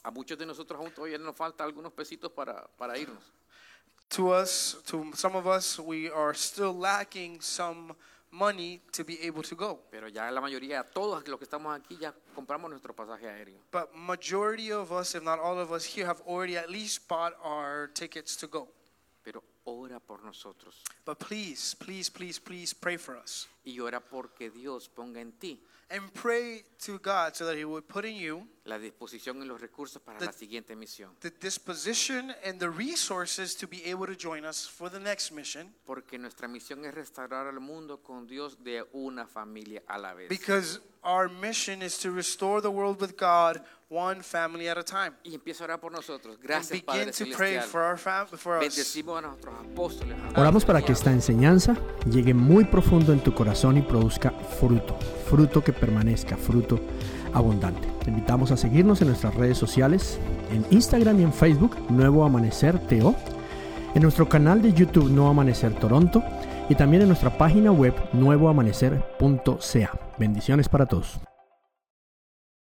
A muchos de nosotros aún todavía nos falta algunos pesitos para, para irnos. to us, to some of us, we are still lacking some money to be able to go. Pero ya la mayoría, todos los que estamos aquí, ya compramos nuestro pasaje aéreo. But majority of us, if not all of us here, have already at least bought our tickets to go. Pero ora por nosotros But please, please, please, please pray for us. y ora porque Dios ponga en ti And pray to God so that He would put in you la disposición y los recursos para Te- la siguiente misión. the disposition and the resources to be able to join us for the next mission Porque nuestra misión es restaurar al mundo con Dios de una familia a la vez. because our mission is to restore the world with God one family at a time. y empieza a orar por nosotros. And Gracias, begin Padre to pray Celestial. for our fam- for us. Bendecimos a nuestros apóstoles. Oramos para que esta enseñanza llegue muy profundo en tu corazón y produzca fruto, fruto que permanezca, fruto abundante. Te invitamos a seguirnos en nuestras redes sociales, en Instagram y en Facebook, Nuevo Amanecer TO, en nuestro canal de YouTube Nuevo Amanecer Toronto y también en nuestra página web nuevoamanecer.ca. Bendiciones para todos.